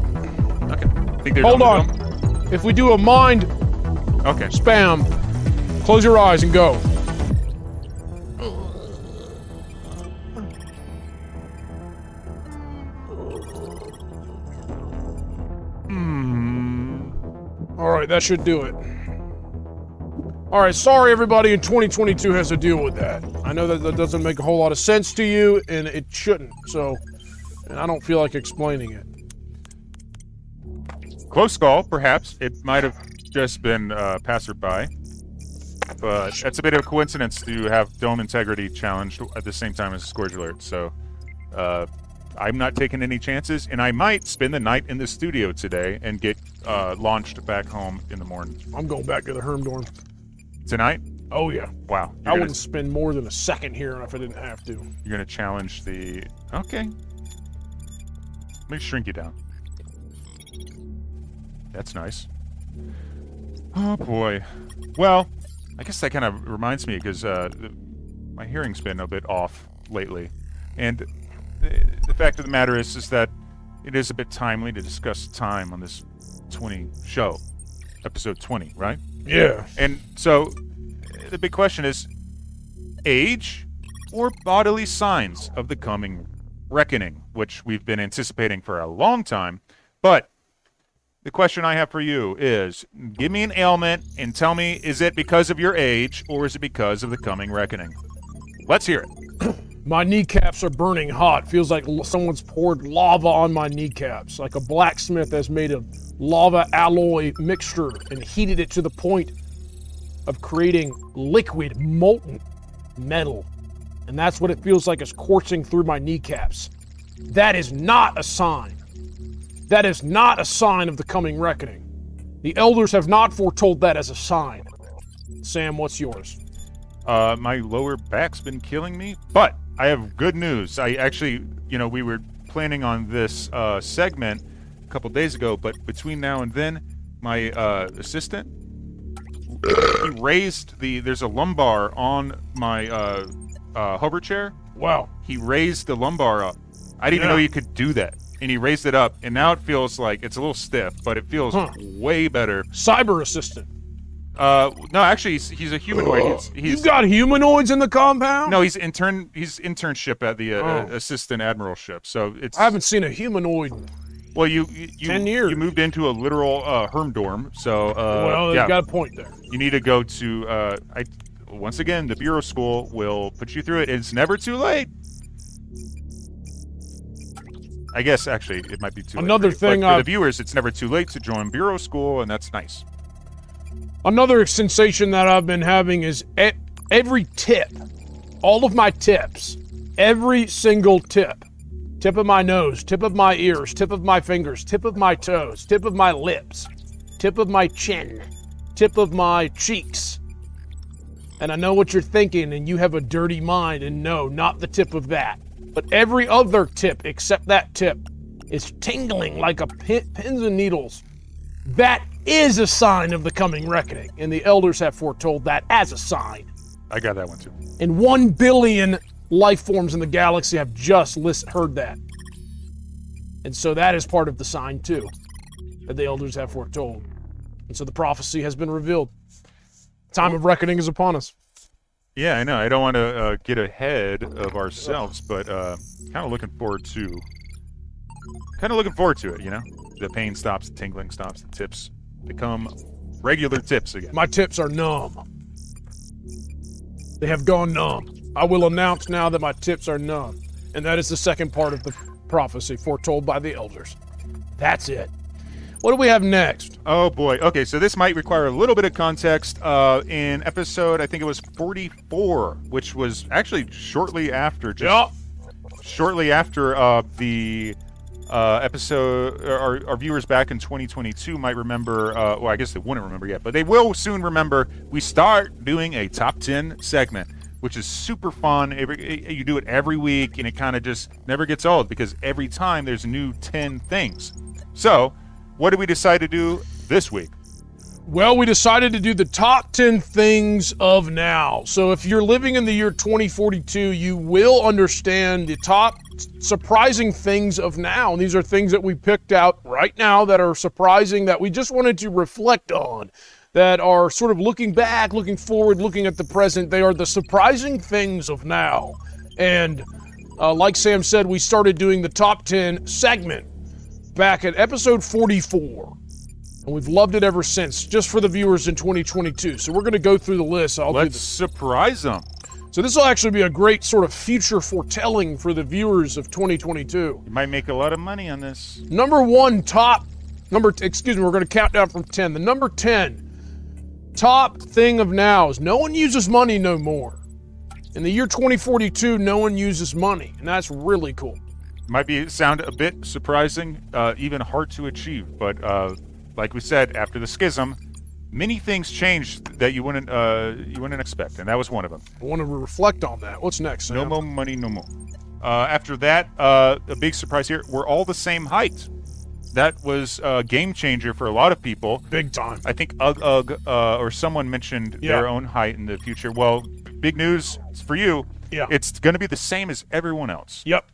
okay? Think they're
Hold
dome to
on. If we do a mind
dome? Okay.
spam, close your eyes and go. Hmm. All right, that should do it. All right, sorry everybody in 2022 has to deal with that. I know that that doesn't make a whole lot of sense to you, and it shouldn't. So, and I don't feel like explaining it.
Close call, perhaps. It might have just been uh, passerby. But that's a bit of a coincidence to have dome integrity challenged at the same time as Scourge Alert. So uh, I'm not taking any chances, and I might spend the night in the studio today and get uh, launched back home in the morning.
I'm going back to the Herm dorm.
Tonight?
Oh yeah,
Wow. You're
I
gonna-
wouldn't spend more than a second here if I didn't have to.
You're going to challenge the. Okay. Let me shrink you down. That's nice. Oh boy. Well, I guess that kind of reminds me because uh, th- my hearing's been a bit off lately, and the, the fact of the matter is is that it is a bit timely to discuss time on this 20 show, episode 20, right?
Yeah.
And so uh, the big question is age or bodily signs of the coming reckoning, which we've been anticipating for a long time. But the question I have for you is give me an ailment and tell me is it because of your age or is it because of the coming reckoning? Let's hear it.
My kneecaps are burning hot. Feels like l- someone's poured lava on my kneecaps, like a blacksmith has made a lava alloy mixture and heated it to the point of creating liquid molten metal. And that's what it feels like is coursing through my kneecaps. That is not a sign. That is not a sign of the coming reckoning. The elders have not foretold that as a sign. Sam, what's yours?
Uh, my lower back's been killing me, but I have good news. I actually, you know, we were planning on this uh, segment a couple days ago, but between now and then, my uh, assistant he raised the. There's a lumbar on my uh, uh, hover chair.
Wow.
He raised the lumbar up. I didn't even know
Yeah.
you could do that. And he raised it up, and now it feels like it's a little stiff, but it feels
Huh.
way better.
Cyber assistant.
Uh, no, actually, he's, he's a humanoid. He's, he's
you got humanoids in the compound?
No, he's intern. He's internship at the uh,
Oh.
assistant admiralship. So it's
I haven't seen a humanoid.
well, you you, you
10 years.
you moved into a literal uh, herm dorm. So uh,
well,
yeah,
you got a point there.
you need to go to uh, I once again the bureau school will put you through it. It's never too late. I guess actually it might be too. late
Another
for you, but
thing
for the
I've-
viewers, it's never too late to join bureau school, and that's nice.
Another sensation that I've been having is e- every tip, all of my tips, every single tip, tip of my nose, tip of my ears, tip of my fingers, tip of my toes, tip of my lips, tip of my chin, tip of my cheeks. And I know what you're thinking, and you have a dirty mind, and no, not the tip of that. But every other tip except that tip is tingling like a pin, pins and needles that is a sign of the coming reckoning, and the elders have foretold that as a sign.
I got that one too.
And one billion life forms in the galaxy have just list- heard that. And so that is part of the sign, too, that the elders have foretold. And so the prophecy has been revealed. Time of reckoning is upon us.
Yeah, I know. I don't want to uh, get ahead of ourselves, but uh, kind of looking forward to, kind of looking forward to it. You know, the pain stops, the tingling stops, the tips become regular tips again.
My tips are numb. They have gone numb. I will announce now that my tips are numb. And that is the second part of the prophecy foretold by the elders. That's it. What do we have next?
Oh boy. Okay, so this might require a little bit of context. Uh, in episode, I think it was 44, which was actually shortly after, just shortly after uh, the uh, episode, our, our viewers back in 2022 might remember. Uh, well, I guess they wouldn't remember yet, but they will soon remember. We start doing a top 10 segment, which is super fun. Every, you do it every week, and it kind of just never gets old because every time there's new 10 things. So, what did we decide to do this week?
Well, we decided to do the top 10 things of now. So if you're living in the year 2042, you will understand the top surprising things of now. And these are things that we picked out right now that are surprising that we just wanted to reflect on, that are sort of looking back, looking forward, looking at the present. They are the surprising things of now. And uh, like Sam said, we started doing the top 10 segment back at episode 44 and we've loved it ever since. Just for the viewers in 2022, so we're going to go through the list. I'll do
Let's
this.
surprise them.
So this will actually be a great sort of future foretelling for the viewers of 2022.
You might make a lot of money on this.
Number one, top number. Excuse me, we're going to count down from ten. The number ten top thing of now is no one uses money no more. In the year 2042, no one uses money, and that's really cool.
might be sound a bit surprising, uh, even hard to achieve. But uh, like we said, after the schism, many things changed that you wouldn't uh, you wouldn't expect, and that was one of them.
I want to reflect on that. What's next? Sam?
No more money, no more. Uh, after that, uh, a big surprise here: we're all the same height. that was a game changer for a lot of people.
Big time.
I think Ugg Ugg uh, or someone mentioned
Yeah.
their own height in the future. Well, big news it's for you.
Yeah.
It's going to be the same as everyone else.
Yep.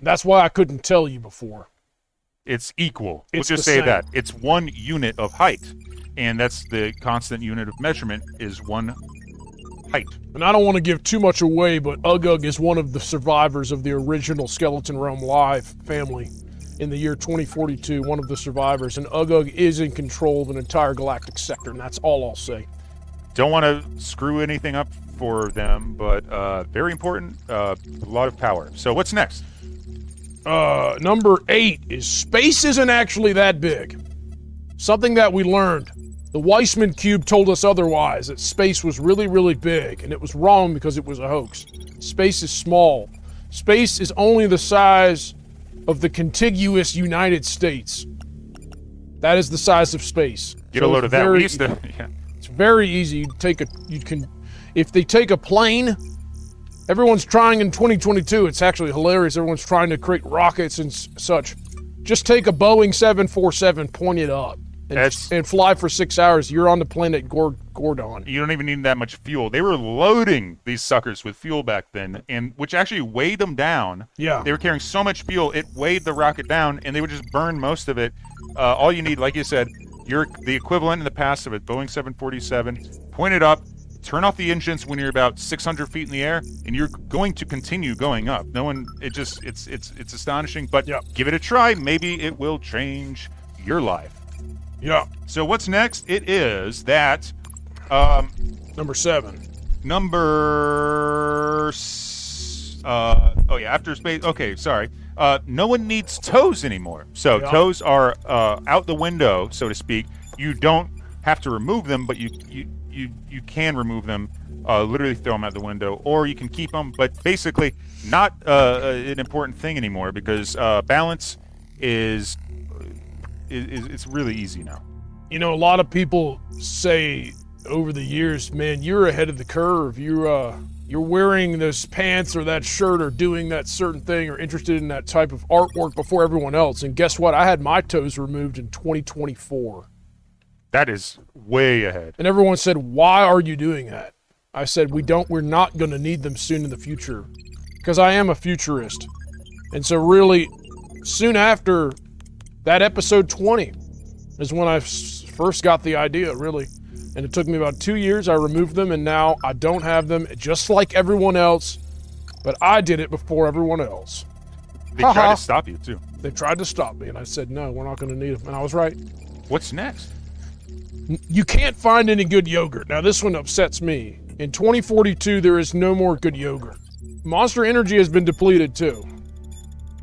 That's why I couldn't tell you before.
It's equal.
It's
we'll just
the
say
same.
that. It's one unit of height. And that's the constant unit of measurement is one height.
And I don't want to give too much away, but Ugg Ugg is one of the survivors of the original Skeleton Realm Live family in the year 2042. One of the survivors. And Ugg Ugg is in control of an entire galactic sector, and that's all I'll say.
Don't want to screw anything up for them, but uh, very important. Uh, a lot of power. So what's next?
Uh, number eight is space isn't actually that big. Something that we learned. The Weissman Cube told us otherwise that space was really, really big, and it was wrong because it was a hoax. Space is small. Space is only the size of the contiguous United States. That is the size of space.
Get
So
a load
it's
of that.
very-
We used to. Yeah.
it's very easy. You take a you can if they take a plane. Everyone's trying in 2022. It's actually hilarious. Everyone's trying to create rockets and s- such. Just take a Boeing 747, point it up, and,
That's-
and fly for six hours. You're on the planet Gor- Gordon.
you don't even need that much fuel. They were loading these suckers with fuel back then, and which actually weighed them down.
Yeah.
they were carrying so much fuel it weighed the rocket down, and they would just burn most of it. Uh, all you need, like you said, you're the equivalent in the past of a Boeing 747. Point it up, turn off the engines when you're about 600 feet in the air, and you're going to continue going up. No one, it just, it's, it's, it's astonishing. But
Yeah.
give it a try. Maybe it will change your life.
Yeah,
So what's next? It is that. Um,
number seven.
Number. s- Uh, oh yeah, after space. Okay, sorry. Uh, no one needs toes anymore. So
Yeah.
toes are uh, out the window, so to speak. You don't have to remove them, but you you you, you can remove them. Uh, literally throw them out the window, or you can keep them. But basically, not uh, uh, an important thing anymore because uh, balance is, is is it's really easy now.
You know, a lot of people say over the years, "Man, you're ahead of the curve. You're uh, you're wearing those pants or that shirt or doing that certain thing or interested in that type of artwork before everyone else." And guess what? I had my toes removed in 2024,
That is way ahead.
and everyone said, "Why are you doing that?" I said, "We don't. We're not going to need them soon in the future, because I am a futurist." And so, really, soon after that episode 20 is when I s- first got the idea, really. And it took me about two years. I removed them, and now I don't have them, just like everyone else. But I did it before everyone else.
They try
Haha.
to stop you too.
They tried to stop me, and I said, no, we're not going to need them. And I was right.
What's next?
You can't find any good yogurt. Now, this one upsets me. In 2042, there is no more good yogurt. Monster Energy has been depleted too,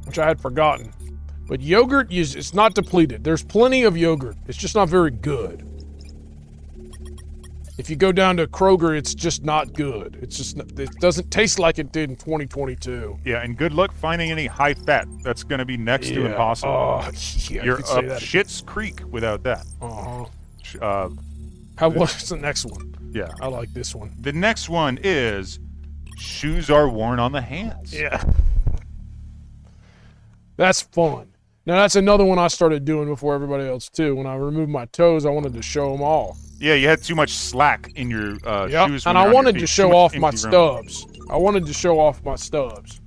which I had forgotten. But yogurt is it's not depleted. There's plenty of yogurt. It's just not very good. If you go down to Kroger, it's just not good. It's just not, it doesn't taste like it did in 2022.
Yeah, and good luck finding any high fat. That's going to be next to
Yeah.
impossible.
Oh, yeah, I
You're
could say
up
that.
shit's creek without that.
Uh-huh.
Sh- Uh,
How what's the next one?
yeah.
I like this one.
The next one is shoes are worn on the hands.
Yeah. That's fun. Now that's another one I started doing before everybody else too. When I removed my toes, I wanted to show them off.
Yeah, you had too much slack in your uh,
Yep.
shoes. when
And
you're on
I
your
wanted
feet,
to
too
show
much
off my
empty room.
stubs. I wanted to show off my stubs.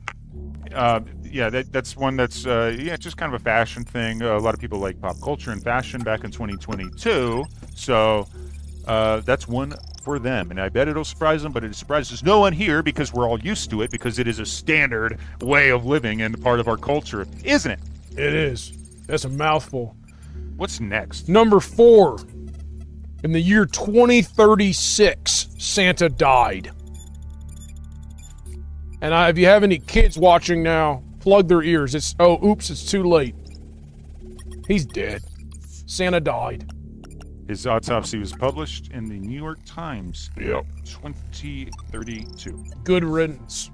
Uh, yeah, that, that's one that's uh, yeah, just kind of a fashion thing. Uh, a lot of people like pop culture and fashion back in 2022. So uh, that's one for them, and I bet it'll surprise them. But it surprises no one here because we're all used to it because it is a standard way of living and part of our culture, isn't it?
It is. That's a mouthful.
What's next?
Number four. In the year 2036, Santa died. And I, if you have any kids watching now, plug their ears. It's oh, oops, it's too late. He's dead. Santa died.
His autopsy was published in the New York Times,
Yep.
2032.
Good riddance.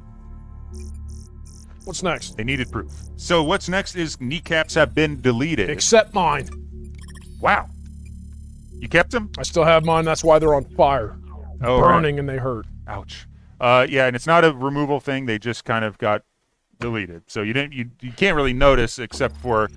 What's next?
They needed proof. So what's next is kneecaps have been deleted.
Except mine.
wow. You kept them?
I still have mine. That's why they're on fire,
Oh, right.
burning, and they hurt.
Ouch. Uh, yeah, and it's not a removal thing. They just kind of got deleted, so you didn't you, you can't really notice except for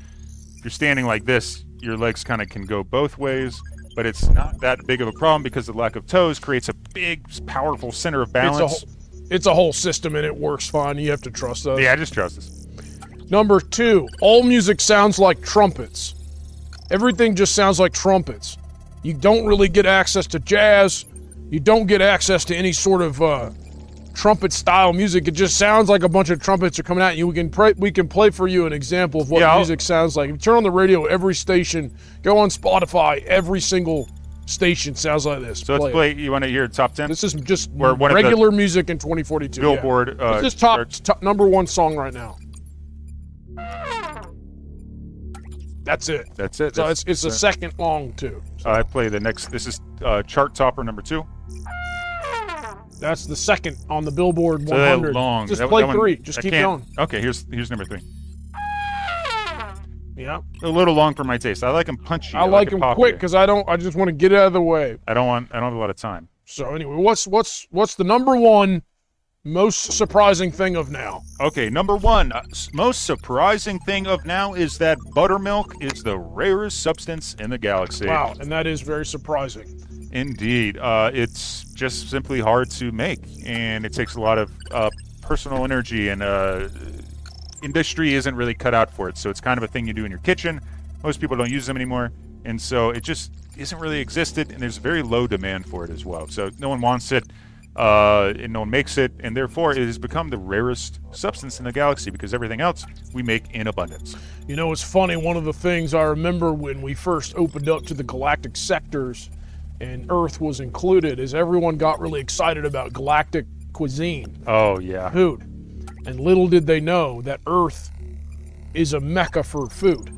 you're standing like this, your legs kind of can go both ways, but it's not that big of a problem because the lack of toes creates a big, powerful center of
It's a,
balance.
whole, it's a whole system and it works fine. You have to trust us.
yeah, I just trust this.
Number two, all music sounds like trumpets. Everything just sounds like trumpets. You don't really get access to jazz. You don't get access to any sort of uh, trumpet style music. It just sounds like a bunch of trumpets are coming out. You we can pray, we can play for you an example of what
Yeah, I'll-
music sounds like. If you turn on the radio, every station, go on Spotify, every single station sounds like this. Play
So let's
it.
play. You want to hear top ten?
This is just
We're one of the
regular music in 2042. yeah.
Billboard, uh,
this is top,
charts.
top number one song right now. That's it.
That's it.
So
That's-
it's it's a second long too.
I play the next. This is uh, chart topper number two.
That's the second on the Billboard
So that
100.
long.
Just
that-
play
that one-
three. Just
I
keep
can't-
going.
Okay, here's here's number three.
Yeah.
A little long for my taste. I like them punchy.
I like
them
them quick because I don't. I just want to get out of the way.
I don't want. I don't have a lot of time.
So anyway, what's what's what's the number one most surprising thing of now?
Okay, number one, uh, s- most surprising thing of now is that buttermilk is the rarest substance in the galaxy.
Wow, and that is very surprising.
Indeed. Uh, it's just simply hard to make, and it takes a lot of uh, personal energy, and uh, industry isn't really cut out for it. So it's kind of a thing you do in your kitchen. Most people don't use them anymore. And so it just isn't really existed, and there's very low demand for it as well. So no one wants it, uh, and no one makes it, and therefore it has become the rarest substance in the galaxy because everything else we make in abundance.
You know, it's funny. One of the things I remember when we first opened up to the galactic sectors and Earth was included is everyone got really excited about galactic cuisine,
Oh, yeah.
food. And little did they know that Earth is a mecca for food.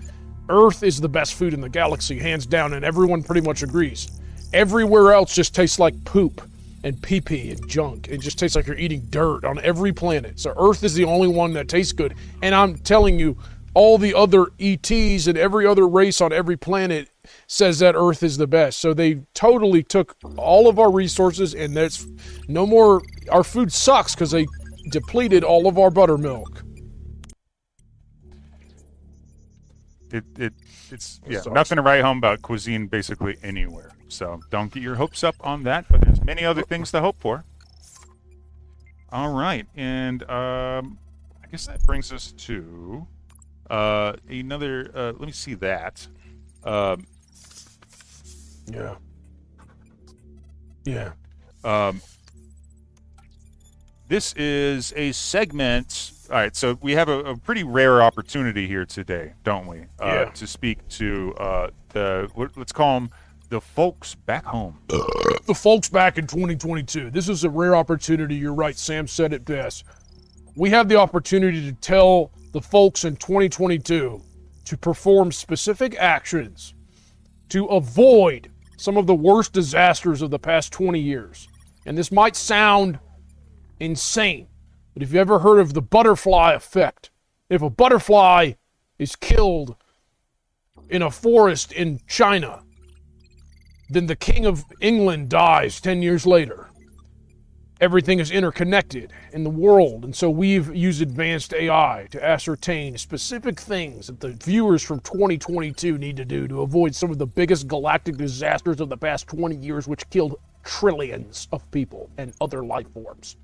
Earth is the best food in the galaxy, hands down, and everyone pretty much agrees. Everywhere else just tastes like poop and pee pee and junk. It just tastes like you're eating dirt on every planet. So Earth is the only one that tastes good. And I'm telling you, all the other ETs and every other race on every planet says that Earth is the best. So they totally took all of our resources, and that's no more. Our food sucks because they depleted all of our buttermilk.
It, it, it's yeah,
Sucks.
nothing to write home about cuisine basically anywhere. So don't get your hopes up on that, but there's many other things to hope for. All right, and um, I guess that brings us to uh, another. Uh, let me see that. Um,
Yeah. Yeah.
Um, this is a segment. All right, so we have a, a pretty rare opportunity here today, don't we?
Yeah.
Uh, To speak to uh, the what, let's call them the folks back home.
The folks back in 2022. This is a rare opportunity. You're right. Sam said it best. We have the opportunity to tell the folks in 2022 to perform specific actions to avoid some of the worst disasters of the past 20 years. And this might sound insane, but if you ever heard of the butterfly effect, if a butterfly is killed in a forest in China, then the King of England dies 10 years later. Everything is interconnected in the world, and so we've used advanced AI to ascertain specific things that the viewers from 2022 need to do to avoid some of the biggest galactic disasters of the past 20 years, which killed trillions of people and other life forms.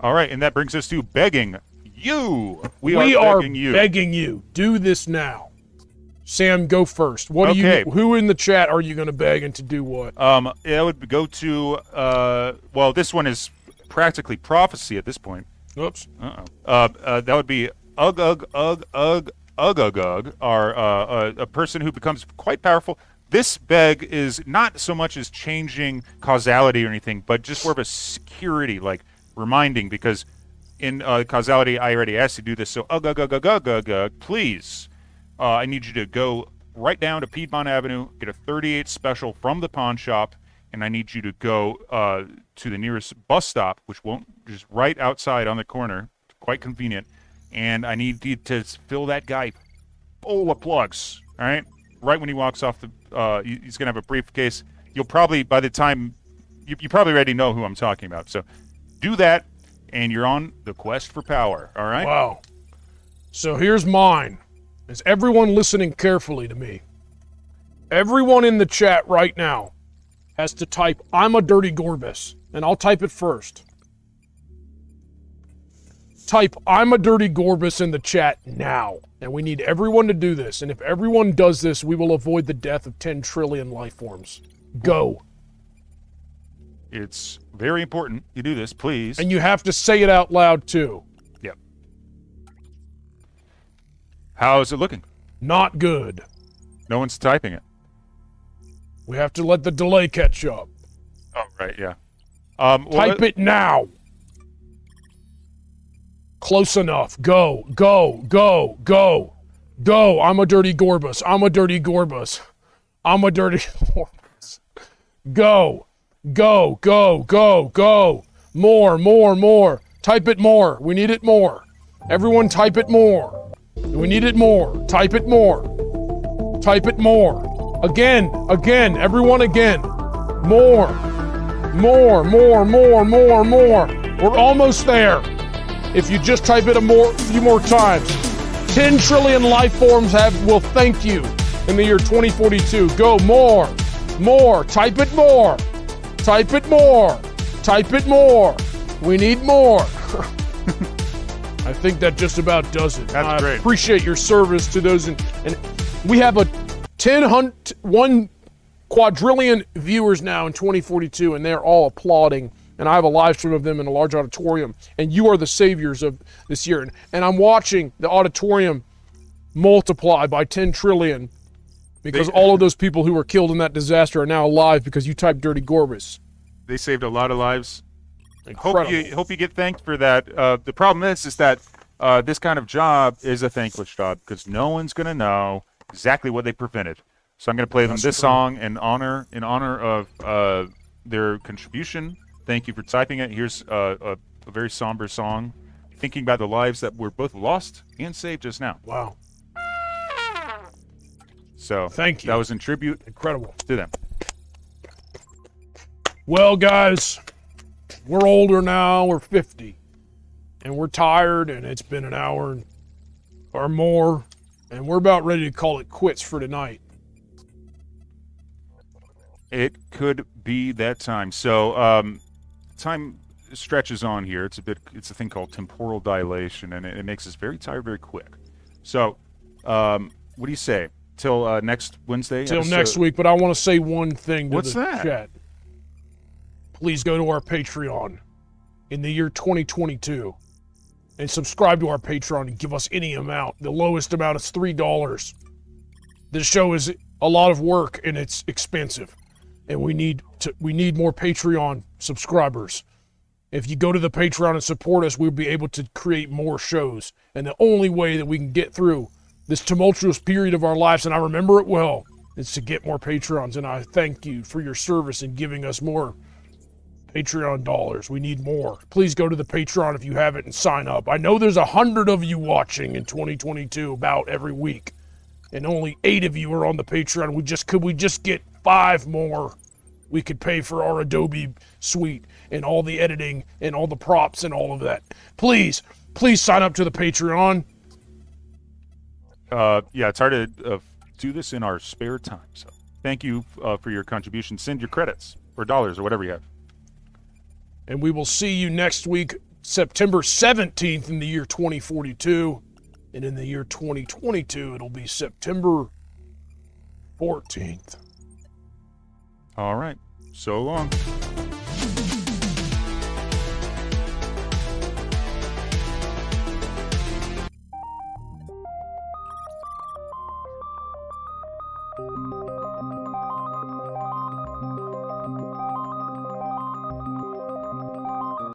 All right, and that brings us to begging you. We,
We
are
are
begging you.
begging you, do this now. Sam, go first. What
Okay.
do you? Who in the chat are you going to beg and to do what?
um, I would go to. Uh, well, this one is practically prophecy at this point.
Oops.
Uh-oh. Uh, uh, that would be ug ug ug ug ug ug ug, or uh, a, a person who becomes quite powerful. This beg is not so much as changing causality or anything, but just more of a security, like reminding. Because in uh, causality, I already asked you to do this. So ug ug ug ug ug ug ug. Please, uh, I need you to go right down to Piedmont Avenue, get a 38 special from the pawn shop, and I need you to go uh, to the nearest bus stop, which won't just right outside on the corner, quite convenient. And I need you to s- fill that guy full of plugs. All right, right when he walks off the, uh, he- he's gonna have a briefcase. You'll probably by the time you, you probably already know who I'm talking about. So do that, and you're on the quest for power. All right.
Wow. So here's mine. Is everyone listening carefully to me? Everyone in the chat right now has to type, I'm a dirty Gorbis, and I'll type it first. Type, I'm a dirty Gorbis in the chat now. And we need everyone to do this. And if everyone does this, we will avoid the death of 10 trillion life forms. Go.
It's very important you do this, please.
And you have to say it out loud, too.
Yep. How is it looking?
Not good.
No one's typing it.
We have to let the delay catch up.
Oh, right, yeah. Um, well,
Type it now. Close enough. Go, go, go, go, go. I'm a dirty Gorbus. I'm a dirty Gorbus. I'm a dirty Gorbus. Go, go, go, go, go. More, more, more. Type it more. We need it more. Everyone, type it more. We need it more. Type it more. Type it more. Again, again, everyone again. More, more, more, more, more, more. We're almost there. If you just type it a more few more times, 10 trillion life forms have will thank you in the year 2042. Go more, more, type it more, type it more, type it more. We need more. I think that just about does it.
That's
I
great.
appreciate your service to those in, and we have a 10 hunt one quadrillion viewers now in 2042, and they're all applauding. And I have a live stream of them in a large auditorium. And you are the saviors of this year. And, and I'm watching the auditorium multiply by 10 trillion because
They-
all of those people who were killed in that disaster are now alive because you typed "dirty Gorbis."
they saved a lot of lives. Hope
Incredible.
you hope you get thanked for that. Uh, the problem is, is that uh, this kind of job is a thankless job because no one's gonna know exactly what they prevented. So I'm gonna play them this song in honor in honor of uh, their contribution. Thank you for typing it. Here's uh, a, a very somber song, thinking about the lives that were both lost and saved just now.
wow,
So
Thank you.
That was in tribute
incredible.
to them.
Well, guys, we're older now. We're 50. And we're tired, and it's been an hour or more. And we're about ready to call it quits for tonight.
It could be that time. So, um, time stretches on here. It's a bit. It's a thing called temporal dilation, and it, it makes us very tired very quick. So, um, what do you say till uh, next Wednesday?
Till
episode-
next week, but I want to say one thing to
What's
the
that?
chat. Please go to our Patreon in the year 2022 and subscribe to our Patreon and give us any amount. The lowest amount is $3. This show is a lot of work and it's expensive. And we need to we need more Patreon subscribers. If you go to the Patreon and support us, we'll be able to create more shows. And the only way that we can get through this tumultuous period of our lives, and I remember it well, is to get more Patreons. And I thank you for your service in giving us more Patreon dollars. We need more. Please go to the Patreon if you haven't and sign up. I know there's a hundred of you watching in 2022 about every week, and only eight of you are on the Patreon. We just could we just get five more we could pay for our Adobe suite and all the editing and all the props and all of that. Please, please sign up to the Patreon.
Uh, yeah, it's hard to uh, do this in our spare time. So, thank you uh, for your contribution. Send your credits or dollars or whatever you have.
And we will see you next week, September 17th in the year 2042. And in the year 2022, it'll be September 14th.
All right. So long.